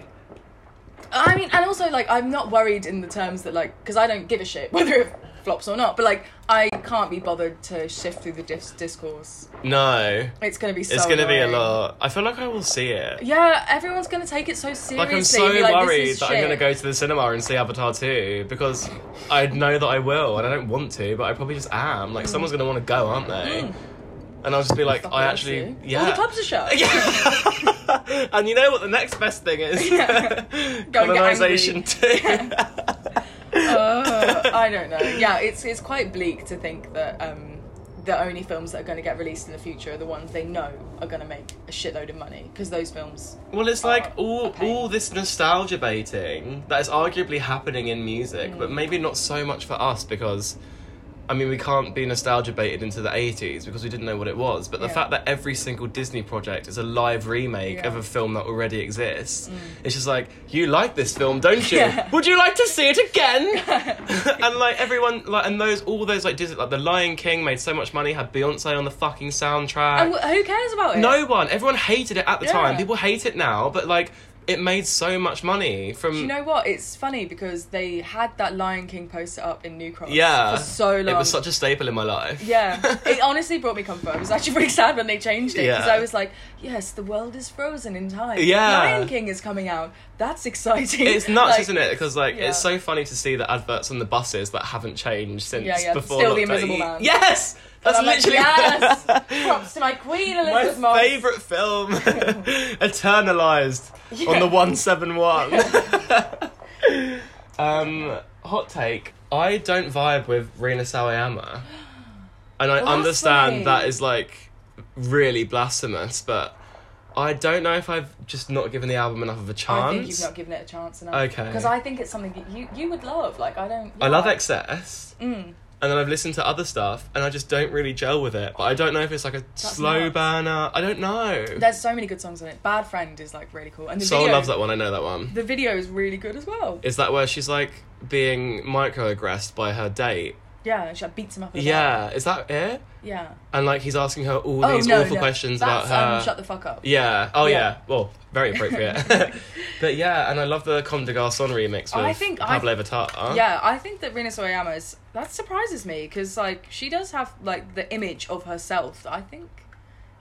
B: I mean, and also like I'm not worried in the terms that like because I don't give a shit <laughs> whether it flops or not, but like I can't be bothered to shift through the dis- discourse.
A: No,
B: It's going to be so.
A: it's gonna be a
B: annoying.
A: lot. I feel like I will see it.
B: Yeah, everyone's going to take it so seriously.
A: like I'm so
B: be like, this
A: worried
B: is
A: that I'm gonna
B: shit.
A: go to the cinema and see Avatar 2 because I know that I will and I don't want to, but I probably just am. Like someone's gonna want to go, aren't they? And I'll just be like,
B: Hmm. Fuck
A: I
B: all
A: actually,
B: you.
A: <laughs> yeah.
B: All the clubs are shut.
A: Yeah. <laughs> and you know what the next best thing is? <laughs>
B: Yeah. Go and get
A: Colonization
B: angry.
A: too.
B: <laughs> Uh, I don't know. Yeah, it's it's quite bleak to think that um, the only films that are going to get released in the future are the ones they know are going to make a shitload of money because those films.
A: Well, it's like
B: Oh,
A: all
B: okay.
A: all this nostalgia baiting that is arguably happening in music, but
B: Hmm.
A: maybe not so much for us because. I mean, we can't be nostalgia baited into the 80s because we didn't know what it was. But the
B: Yeah.
A: fact that every single Disney project is a live remake
B: Yeah.
A: of
B: Hmm.
A: a film that already exists, it's just like, you like this film, don't you?
B: Yeah.
A: Would you like to see it
B: <laughs>
A: again? <laughs> and like everyone, like, and those, all those, like, Disney, like, The Lion King made so much money, had Beyonce on the fucking soundtrack.
B: And wh- who cares about it?
A: No one. Everyone hated it at the
B: Yeah.
A: time. People hate it now, but like it made so much money from.
B: Do you know what? It's funny because they had that Lion King poster up in New Cross
A: yeah,
B: for so long.
A: It was such a staple in my life. <laughs>
B: yeah, it honestly brought me comfort. I was actually pretty <laughs> sad when they changed it because
A: Yeah.
B: I was like, "Yes, the world is frozen in time.
A: Yeah.
B: Lion King is coming out. That's exciting.
A: It's nuts,
B: Like,
A: isn't it? Because like
B: yeah.
A: it's so funny to see the adverts on the buses that haven't changed since
B: Yeah, yeah,
A: before.
B: still the
A: lockdown.
B: Invisible Man.
A: Yes, that's
B: I'm like,
A: literally <laughs>
B: yes! Props to my queen,
A: my
B: Elizabeth Moss.
A: favorite film, <laughs> eternalized on
B: Yeah.
A: the one seven one.
B: <laughs>
A: <laughs> Um, hot take. I don't vibe with Rina Sawayama, and
B: Oh,
A: I
B: Blasphemy.
A: understand that is like really blasphemous, but I don't know if I've just not given the album enough of a
B: I think you've
A: chance.
B: not given it a chance enough.
A: Okay.
B: Because I think it's something that you, you would love. Like, I don't.
A: I love
B: yeah.
A: excess.
B: Mm.
A: and then I've listened to other stuff, and I just don't really gel with it. But I don't know if it's like a slow
B: nuts.
A: burner. I don't know.
B: There's so many good songs on it. Bad Friend is, like, really cool. And the
A: Soul
B: video,
A: loves that one. I know that one.
B: The video is really good as well.
A: Is that where she's like being microaggressed by her date?
B: Yeah, and she like, beats him up. in the back.
A: Yeah, is that it?
B: Yeah.
A: And like he's asking her all
B: Oh
A: these
B: no,
A: awful
B: no.
A: questions
B: That's,
A: about her.
B: Um, shut the fuck up.
A: yeah. Oh yeah.
B: Yeah.
A: Well, very
B: <laughs>
A: appropriate. <laughs> but yeah, and I love the Comme des Garçons remix with
B: I think I-
A: Pablo Vittar.
B: Yeah, I think that Rina Sawayama is that surprises me because like she does have like the image of herself. that I think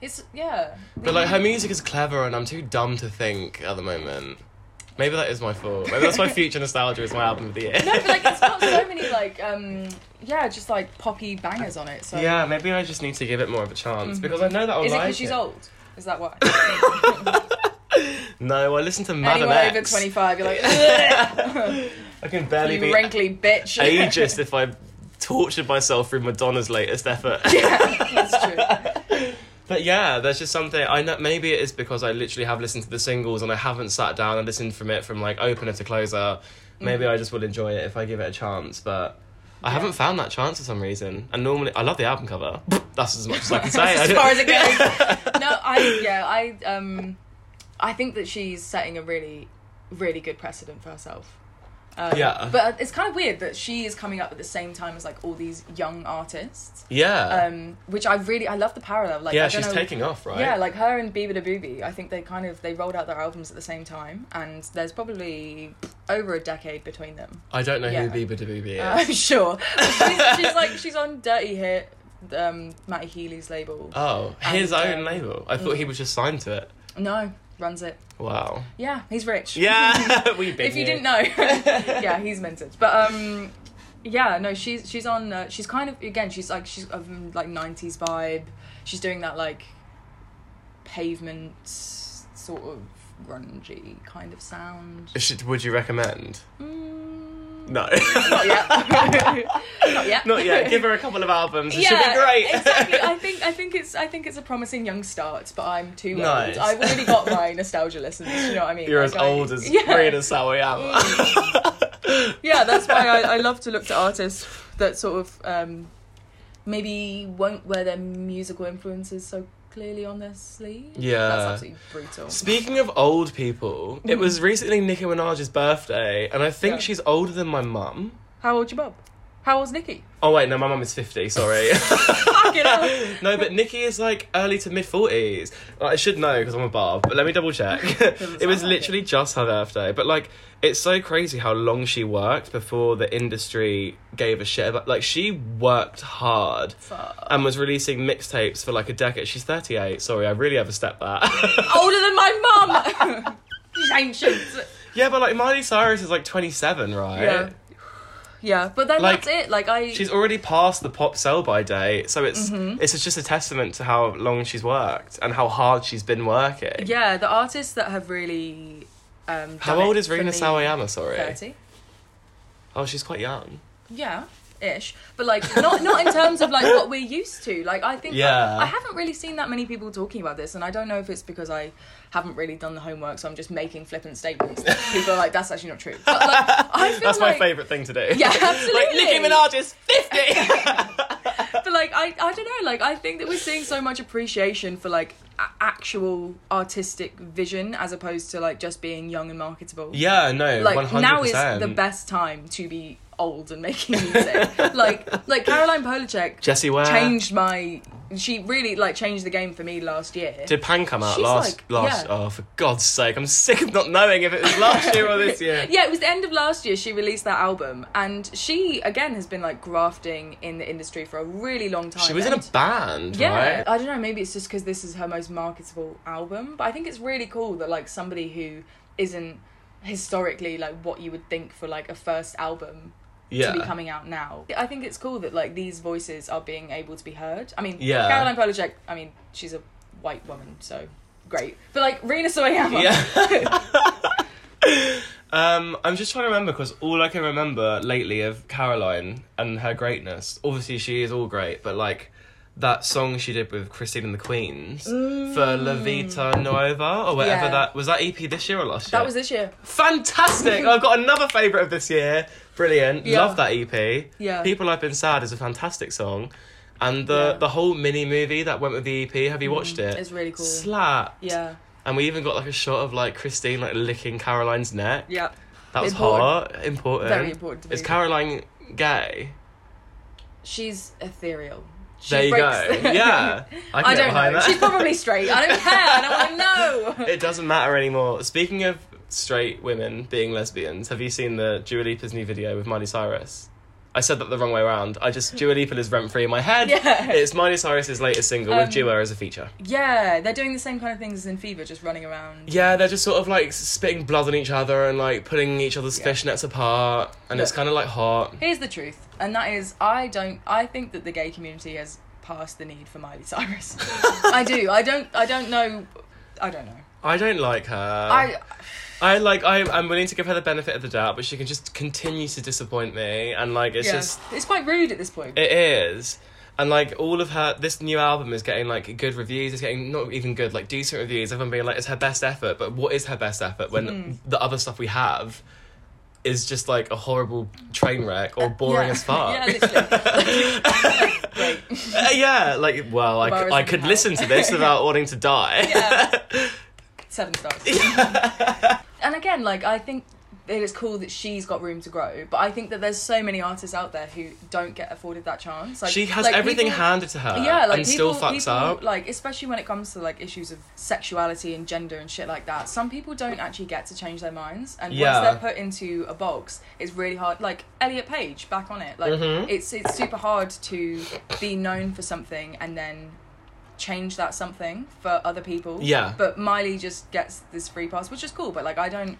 B: it's yeah.
A: But like her music is clever, and I'm too dumb to think at the moment. Maybe that is my fault. Maybe
B: <laughs>
A: that's why Future Nostalgia is my album of the year.
B: no, but like it's got so many like um yeah, just like poppy bangers on it.
A: <laughs>
B: So
A: Yeah, maybe I just need to give it more of a chance because I know that I'll
B: Mm-hmm. is it
A: like
B: because she's old? Is that
A: <laughs>
B: why?
A: No, I listen to Madam
B: Anyone over
A: X.
B: twenty
A: <laughs>
B: five, you're like <laughs> "Ugh,
A: I can barely
B: you
A: be
B: wrinkly
A: <laughs>
B: bitch.
A: ageist if I tortured myself through Madonna's latest effort.
B: <laughs> <laughs> yeah, that's true.
A: But yeah, there's just something I know. Maybe it is because I literally have listened to the singles and I haven't sat down and listened from it from like opener to
B: Mm.
A: closer. Maybe I just will enjoy it if I give it a chance, but. I
B: Yeah.
A: haven't found that chance for some reason. And normally, I love the album cover. <laughs> That's as much as I can say.
B: <laughs> as far as
A: <laughs>
B: it goes. no, I yeah, I um, I think that she's setting a really, really good precedent for herself. Um,
A: Yeah.
B: but it's kind of weird that she is coming up at the same time as like all these young artists,
A: yeah.
B: um, which I really I love the parallel. Like,
A: yeah,
B: I don't
A: she's
B: know,
A: taking off, right?
B: Yeah, like her and Bieber da Booby. I think they kind of they rolled out their albums at the same time, and there's probably over a decade between them.
A: I don't know
B: Yeah.
A: who Biba Dabubi is.
B: Uh, <laughs> I'm sure. she's, she's like she's on Dirty Hit, um, Matty Healy's label.
A: <laughs> oh,
B: and,
A: his own
B: um,
A: label. I thought he was just signed to it.
B: No, runs it. <laughs>
A: Wow.
B: Yeah, he's rich. <laughs>
A: Yeah, <laughs> we big
B: if you
A: knew.
B: didn't know, <laughs> yeah, he's minted. But um, yeah, no, she's she's on. Uh, she's kind of again. She's like she's um, like nineties vibe. She's doing that like pavement sort of grungy kind of sound.
A: Should, would you recommend?
B: Mm,
A: No. <laughs>
B: not yet. not yet.
A: Not yet. Give her a couple of albums. It should
B: yeah,
A: be great.
B: exactly.
A: <laughs>
B: I think I think it's I think it's a promising young start, but I'm too
A: Nice.
B: old. I've already got my nostalgia listens. You know what I mean?
A: You're
B: Like,
A: as
B: I-
A: old as
B: <laughs> Yeah.
A: green as Sawayama.
B: <laughs> yeah, that's why I, I love to look to artists that sort of um, maybe won't wear their musical influences so clearly on their sleeve.
A: Yeah.
B: that's absolutely brutal.
A: Speaking of old people, it was recently Nicki Minaj's birthday, and I think
B: Yeah.
A: she's older than my mum.
B: How old's your bub? How old's Nikki?
A: Oh wait, no, my mum is fifty.
B: <laughs>
A: Sorry.
B: Fuck it up.
A: <laughs> no, but Nikki is like early to mid forties. I should know because I'm a barb, but let me double
B: <laughs>
A: check. <laughs>
B: sound
A: it was
B: like
A: literally just her birthday, but like it's so crazy how long she worked before the industry gave a shit about. Like she worked hard.
B: Fuck.
A: and was releasing mixtapes for like a decade. She's 38. Sorry, I really overstepped
B: <laughs>
A: that.
B: Older than my
A: <laughs>
B: mum. She's ancient.
A: yeah, but like Miley Cyrus is like 27, right?
B: Yeah. Yeah, but then
A: Like,
B: that's it. Like I,
A: She's already past the pop sell by date, so it's
B: Mm-hmm.
A: it's just a testament to how long she's worked and how hard she's been working.
B: yeah, the artists that have really. Um,
A: How
B: done
A: old
B: it
A: is
B: for
A: Rina
B: me-
A: Sawayama? Sorry.
B: Thirty.
A: Oh, she's quite young.
B: Yeah, ish. But like not not in terms of like what we're used to. Like I think
A: Yeah.
B: I, haven't really seen that many people talking about this and I don't know if it's because I haven't really done the homework so I'm just making flippant statements.
A: <laughs>
B: People are like that's actually not true. But like I feel
A: That's
B: like
A: my favorite thing to do. <laughs>
B: Yeah, <laughs>
A: like
B: absolutely.
A: Nicki Minaj is 50.
B: <laughs> but like I I don't know like I think that we're seeing so much appreciation for like a- actual artistic vision as opposed to like just being young and marketable.
A: yeah, no,
B: like
A: 100%.
B: now is the best time to be old and making <laughs> music. like like Caroline Polachek
A: Jessie Ware.
B: changed my she really like changed the game for me last year
A: Did Pan come out
B: She's
A: last?
B: like-
A: last?
B: yeah.
A: Oh, for God's sake! I'm sick of not knowing if it was
B: <laughs>
A: last year or this year.
B: yeah it was the end of last year she released that album and she again has been like grafting in the industry for a really long time
A: She was in a
B: And-
A: band,
B: yeah Oh,
A: right?
B: i don't know maybe it's just because this is her most marketable album but i think it's really cool that like somebody who isn't historically like what you would think for like a first album
A: Yeah.
B: to be coming out now. I think it's cool that like these voices are being able to be heard. I mean,
A: Yeah.
B: Caroline Polachek. I mean, she's a white woman, so great. But like Rena Sawayama.
A: yeah. um, I'm just trying to remember because all I can remember lately of Caroline and her greatness. Obviously, she is all great, but like that song she did with Christine and the Queens for La Vita Nuova or whatever
B: Mm. Yeah.
A: that was. That EP this year or last year?
B: <laughs> That was this year.
A: fantastic. I've got another favorite of this year. Brilliant.
B: Yeah.
A: Love that EP.
B: Yeah.
A: People I've Been Sad is a fantastic song. And the,
B: Yeah. Mm-hmm.
A: the whole mini movie that went with the EP, have you watched it?
B: It's really cool.
A: Slap.
B: yeah.
A: And we even got like a shot of like Christine like licking Caroline's neck.
B: Yeah.
A: That was
B: Important.
A: hot. Important.
B: Very important to
A: Is
B: me.
A: Caroline gay?
B: she's ethereal. She
A: there you
B: breaks- <laughs>
A: go. Yeah. I, can
B: I
A: get
B: don't know.
A: behind that.
B: She's probably straight. I don't care. I don't want to
A: <laughs>
B: know.
A: It doesn't matter anymore. Speaking of straight women being lesbians, have you seen the Dua Lipa's new video with Miley Cyrus? I said that the wrong way around. I just Dua Lipa is rent free in my head.
B: <laughs> Yeah.
A: It's Miley Cyrus's latest single
B: Um,
A: with Dua as a feature.
B: Yeah, they're doing the same kind of things as in Fever, just running around.
A: Yeah, they're just sort of like spitting blood on each other and like pulling each other's
B: Yeah.
A: fishnets apart, and it's
B: Look.
A: kind of like hot.
B: <laughs> Here's the truth, and that is, I don't. I think that the gay community has passed the need for Miley Cyrus. I do. I don't. I don't know. I don't know.
A: I don't like her.
B: I.
A: I like I I'm willing to give her the benefit of the doubt, but she can just continue to disappoint me and like it's
B: yeah.
A: just
B: It's quite rude at this point.
A: it is. And like all of her this new album is getting like good reviews, it's getting not even good, like decent reviews, everyone being like it's her best effort, but what is her best effort when
B: Hmm.
A: the other stuff we have is just like a horrible train wreck or boring
B: Uh, yeah.
A: as fuck.
B: <laughs> yeah, literally.
A: <laughs>
B: Like, <laughs> great.
A: Uh, yeah, like well, I,
B: Bar
A: c-
B: is
A: I
B: in
A: could
B: hell.
A: listen to this without wanting to die.
B: <laughs>
A: <laughs>
B: Yeah. Seven stars. and again, like I think it is cool that she's got room to grow, but I think that there's so many artists out there who don't get afforded that chance. Like
A: she has
B: like,
A: everything
B: people-
A: handed to her.
B: yeah, like
A: and still
B: people,
A: fucks
B: people,
A: up.
B: Like especially when it comes to like issues of sexuality and gender and shit like that. Some people don't actually get to change their minds, and
A: Yeah.
B: once they're put into a box, it's really hard. Like Elliot Page, back on it. Like
A: Mhm.
B: it's it's super hard to be known for something and then change that something for other people.
A: Yeah.
B: But Miley just gets this free pass, which is cool. But like I don't.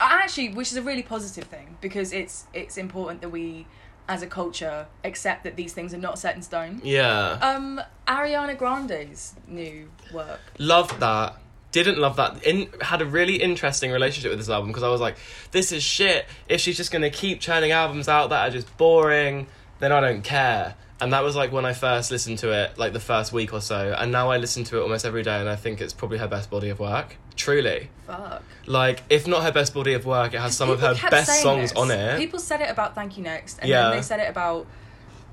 B: I actually, which is a really positive thing because it's it's important that we, as a culture, accept that these things are not set in stone.
A: Yeah.
B: Um, Ariana Grande's new work.
A: loved that didn't love that in had a really interesting relationship with this album because i was like this is shit if she's just going to keep churning albums out that are just boring then i don't care and that was like when i first listened to it like the first week or so and now i listen to it almost every day and i think it's probably her best body of work truly
B: Fuck.
A: like if not her best body of work it has some of her best songs on it
B: People said it about Thank You Next, and
A: Yeah.
B: then they said it about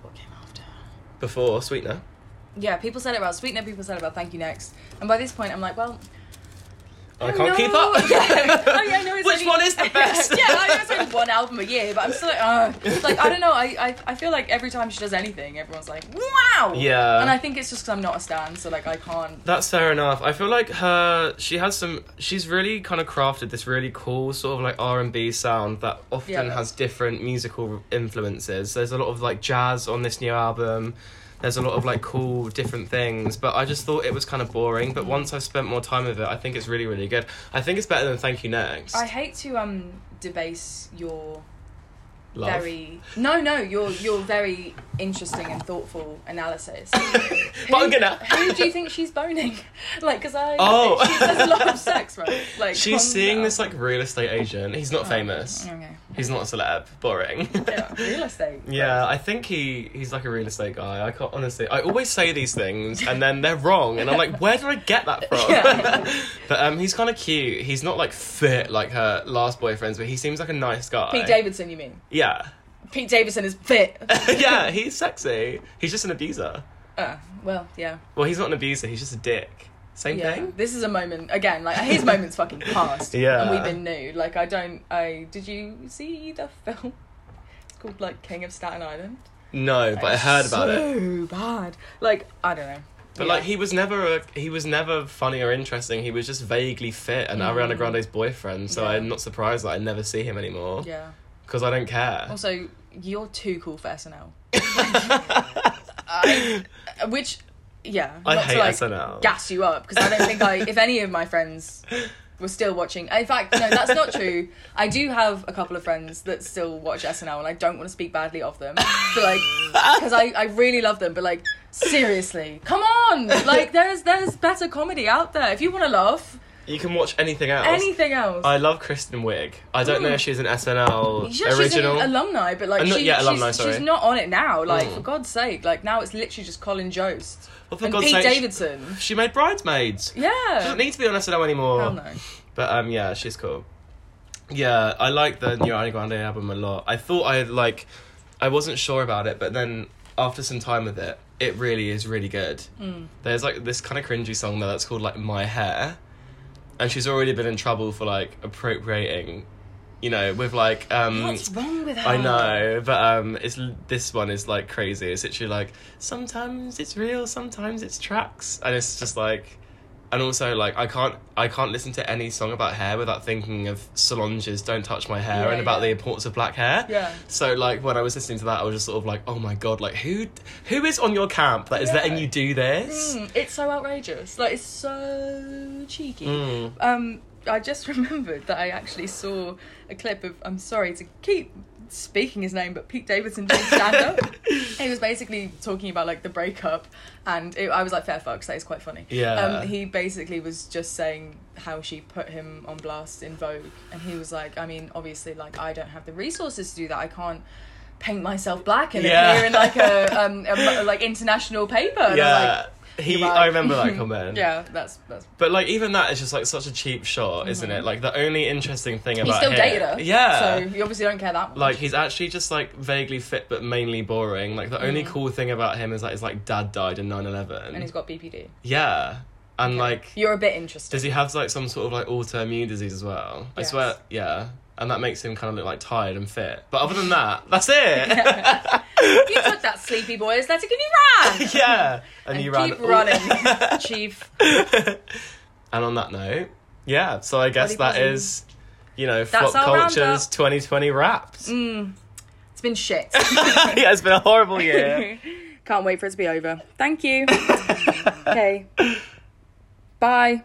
B: what came after.
A: before sweetener
B: Yeah, people said it about Sweetener. People said it about Thank You Next, and by this point, I'm like, well,
A: i
B: oh,
A: can't
B: no. <laughs>
A: keep up
B: Yeah. Oh, yeah,
A: <laughs>
B: no, it's
A: which
B: only-
A: one is the best
B: <laughs> yeah, I know it's only one album a year, but I'm still like, uh, like I don't know. I, I I feel like every time she does anything, everyone's like, wow.
A: Yeah.
B: And I think it's just because I'm not a stan, so like I can't.
A: That's fair enough. I feel like her she has some she's really kind of crafted this really cool sort of like R&B sound that often
B: Yeah.
A: has different musical influences. There's a lot of like jazz on this new album. There's a lot of like cool <laughs> different things, but I just thought it was kind of boring, but once I've spent more time with it, I think it's really really good. I think it's better than Thank You Next.
B: I hate to um debase your
A: Love.
B: very no no your your very interesting and thoughtful
A: <laughs>
B: analysis.
A: <laughs> But I'm gonna-
B: who do you think she's boning? <laughs> Like, because I
A: <laughs> Oh.
B: <laughs> she does a lot of sex, right? Like calm
A: She's seeing
B: down.
A: this like real estate agent. He's not famous.
B: Okay.
A: He's not a celeb. Boring. <laughs>
B: Yeah, real estate.
A: Yeah, I think he he's like a real estate guy. I can't honestly. I always say these things and then they're wrong, and I'm like, where did I get that from?
B: <laughs> Yeah.
A: <laughs> but um, he's kind of cute. He's not like fit like her last boyfriends, but he seems like a nice guy.
B: Pete Davidson, you mean?
A: Yeah, <laughs>
B: Pete Davidson is fit.
A: yeah, he's sexy. He's just an abuser.
B: Uh, well, yeah.
A: Well, he's not an abuser. He's just a dick. Same
B: Yeah,
A: thing.
B: this is a moment again. Like his moment's fucking past.
A: Yeah.
B: and we've been new. Like I don't. I did you see the film? It's called like King of Staten Island.
A: No, but I heard about it.
B: So bad. Like I don't know.
A: But like he was never a, he was never funny or interesting. He was just vaguely fit and Ariana Grande's boyfriend. So
B: Mm. Yeah.
A: I'm not surprised that I never see him anymore
B: Yeah.
A: because I don't care. <laughs>
B: Also, you're too cool for SNL. I, Uh, which, yeah.
A: I
B: not to,
A: hate
B: like,
A: SNL.
B: Gas you up because I don't think I. If any of my friends were still watching, in fact, no, that's not true. I do have a couple of friends that still watch SNL, and I don't want to speak badly of them, but like, because I, I really love them, but like. Seriously, come on! Like, there's there's better comedy out there. If you want to laugh,
A: You can watch anything else.
B: anything else.
A: I love Kristen Wiig. I don't know if she's an SNL original.
B: Yeah, Mm. She's an alumni, but like
A: Uh, no,
B: she,
A: yeah, alumni,
B: she's,
A: sorry.
B: she's not on it now. Like
A: Mm.
B: for God's sake, like now it's literally just Colin Jost
A: Well, Oh, for
B: and
A: God's
B: Pete
A: sake, she-
B: Davidson.
A: She made Bridesmaids. She
B: Yeah,
A: doesn't need to be on SNL anymore.
B: hell no.
A: But um, yeah, she's cool. Yeah, I like the new Ariana Grande album a lot. I thought I like, I wasn't sure about it, but then after some time with it, it really is really good. There's like this kind of cringy song there that's called like My Hair, and she's already been in trouble for like appropriating you know, with like um
B: What's wrong with her?
A: I know, but um, it's this one is like crazy. It's literally like sometimes it's real, sometimes it's tracks, and it's just like, and also like I can't I can't listen to any song about hair without thinking of Solange's "Don't Touch My Hair"
B: Yeah,
A: and about
B: yeah.
A: the importance of black hair.
B: Yeah.
A: So like when I was listening to that, I was just sort of like, oh my god, like who who is on your camp that is
B: Yeah.
A: letting you do this?
B: Mm, it's so outrageous. Like it's so cheeky.
A: Mm.
B: Um, I just <laughs> remembered that I actually saw a clip of. I'm sorry to keep speaking his name, but Pete Davidson
A: Mm.
B: doing
A: <laughs>
B: stand up. he was basically talking about like the breakup, and it, I was like, "Fair fucks, that is quite funny."
A: Yeah.
B: Um, he basically was just saying how she put him on blast in Vogue, and he was like, "I mean, obviously, like I don't have the resources to do that. I can't." Paint myself black and
A: Yeah.
B: appear in
A: <laughs>
B: like a, um, a like international paper. And I'm like,
A: Yeah. he,
B: you're right.
A: I remember
B: <laughs>
A: that comment.
B: yeah, that's that's.
A: But like even that is just like such a cheap shot, isn't it? Like the only interesting thing
B: He
A: about
B: Mm-hmm. still
A: him,
B: dated her.
A: yeah.
B: So you obviously don't care that much.
A: like he's actually just like vaguely fit but mainly boring. Like the only cool thing about him is that his like dad died in 9/11.
B: Mm. and he's got BPD.
A: yeah, and like
B: You're a bit interested.
A: <laughs> does he have like some sort of like autoimmune disease as well? I
B: Yes.
A: swear, yeah. And that makes him kind of look like tired and fit. But other than that, that's it.
B: <laughs> you took that sleepy boy this letter, can you run?
A: <laughs>
B: <laughs>
A: yeah, and,
B: And
A: you ran. <laughs>
B: keep running, Chief.
A: and on that note, yeah. So I guess
B: Bloody
A: that
B: buzzing.
A: is, you know,
B: That's
A: Flop
B: our roundup. Mm.
A: Culture's 2020 wrapped.
B: It's been shit.
A: <laughs> yeah, it's been a horrible year.
B: <laughs> Can't wait for it to be over. Thank you. okay. Bye.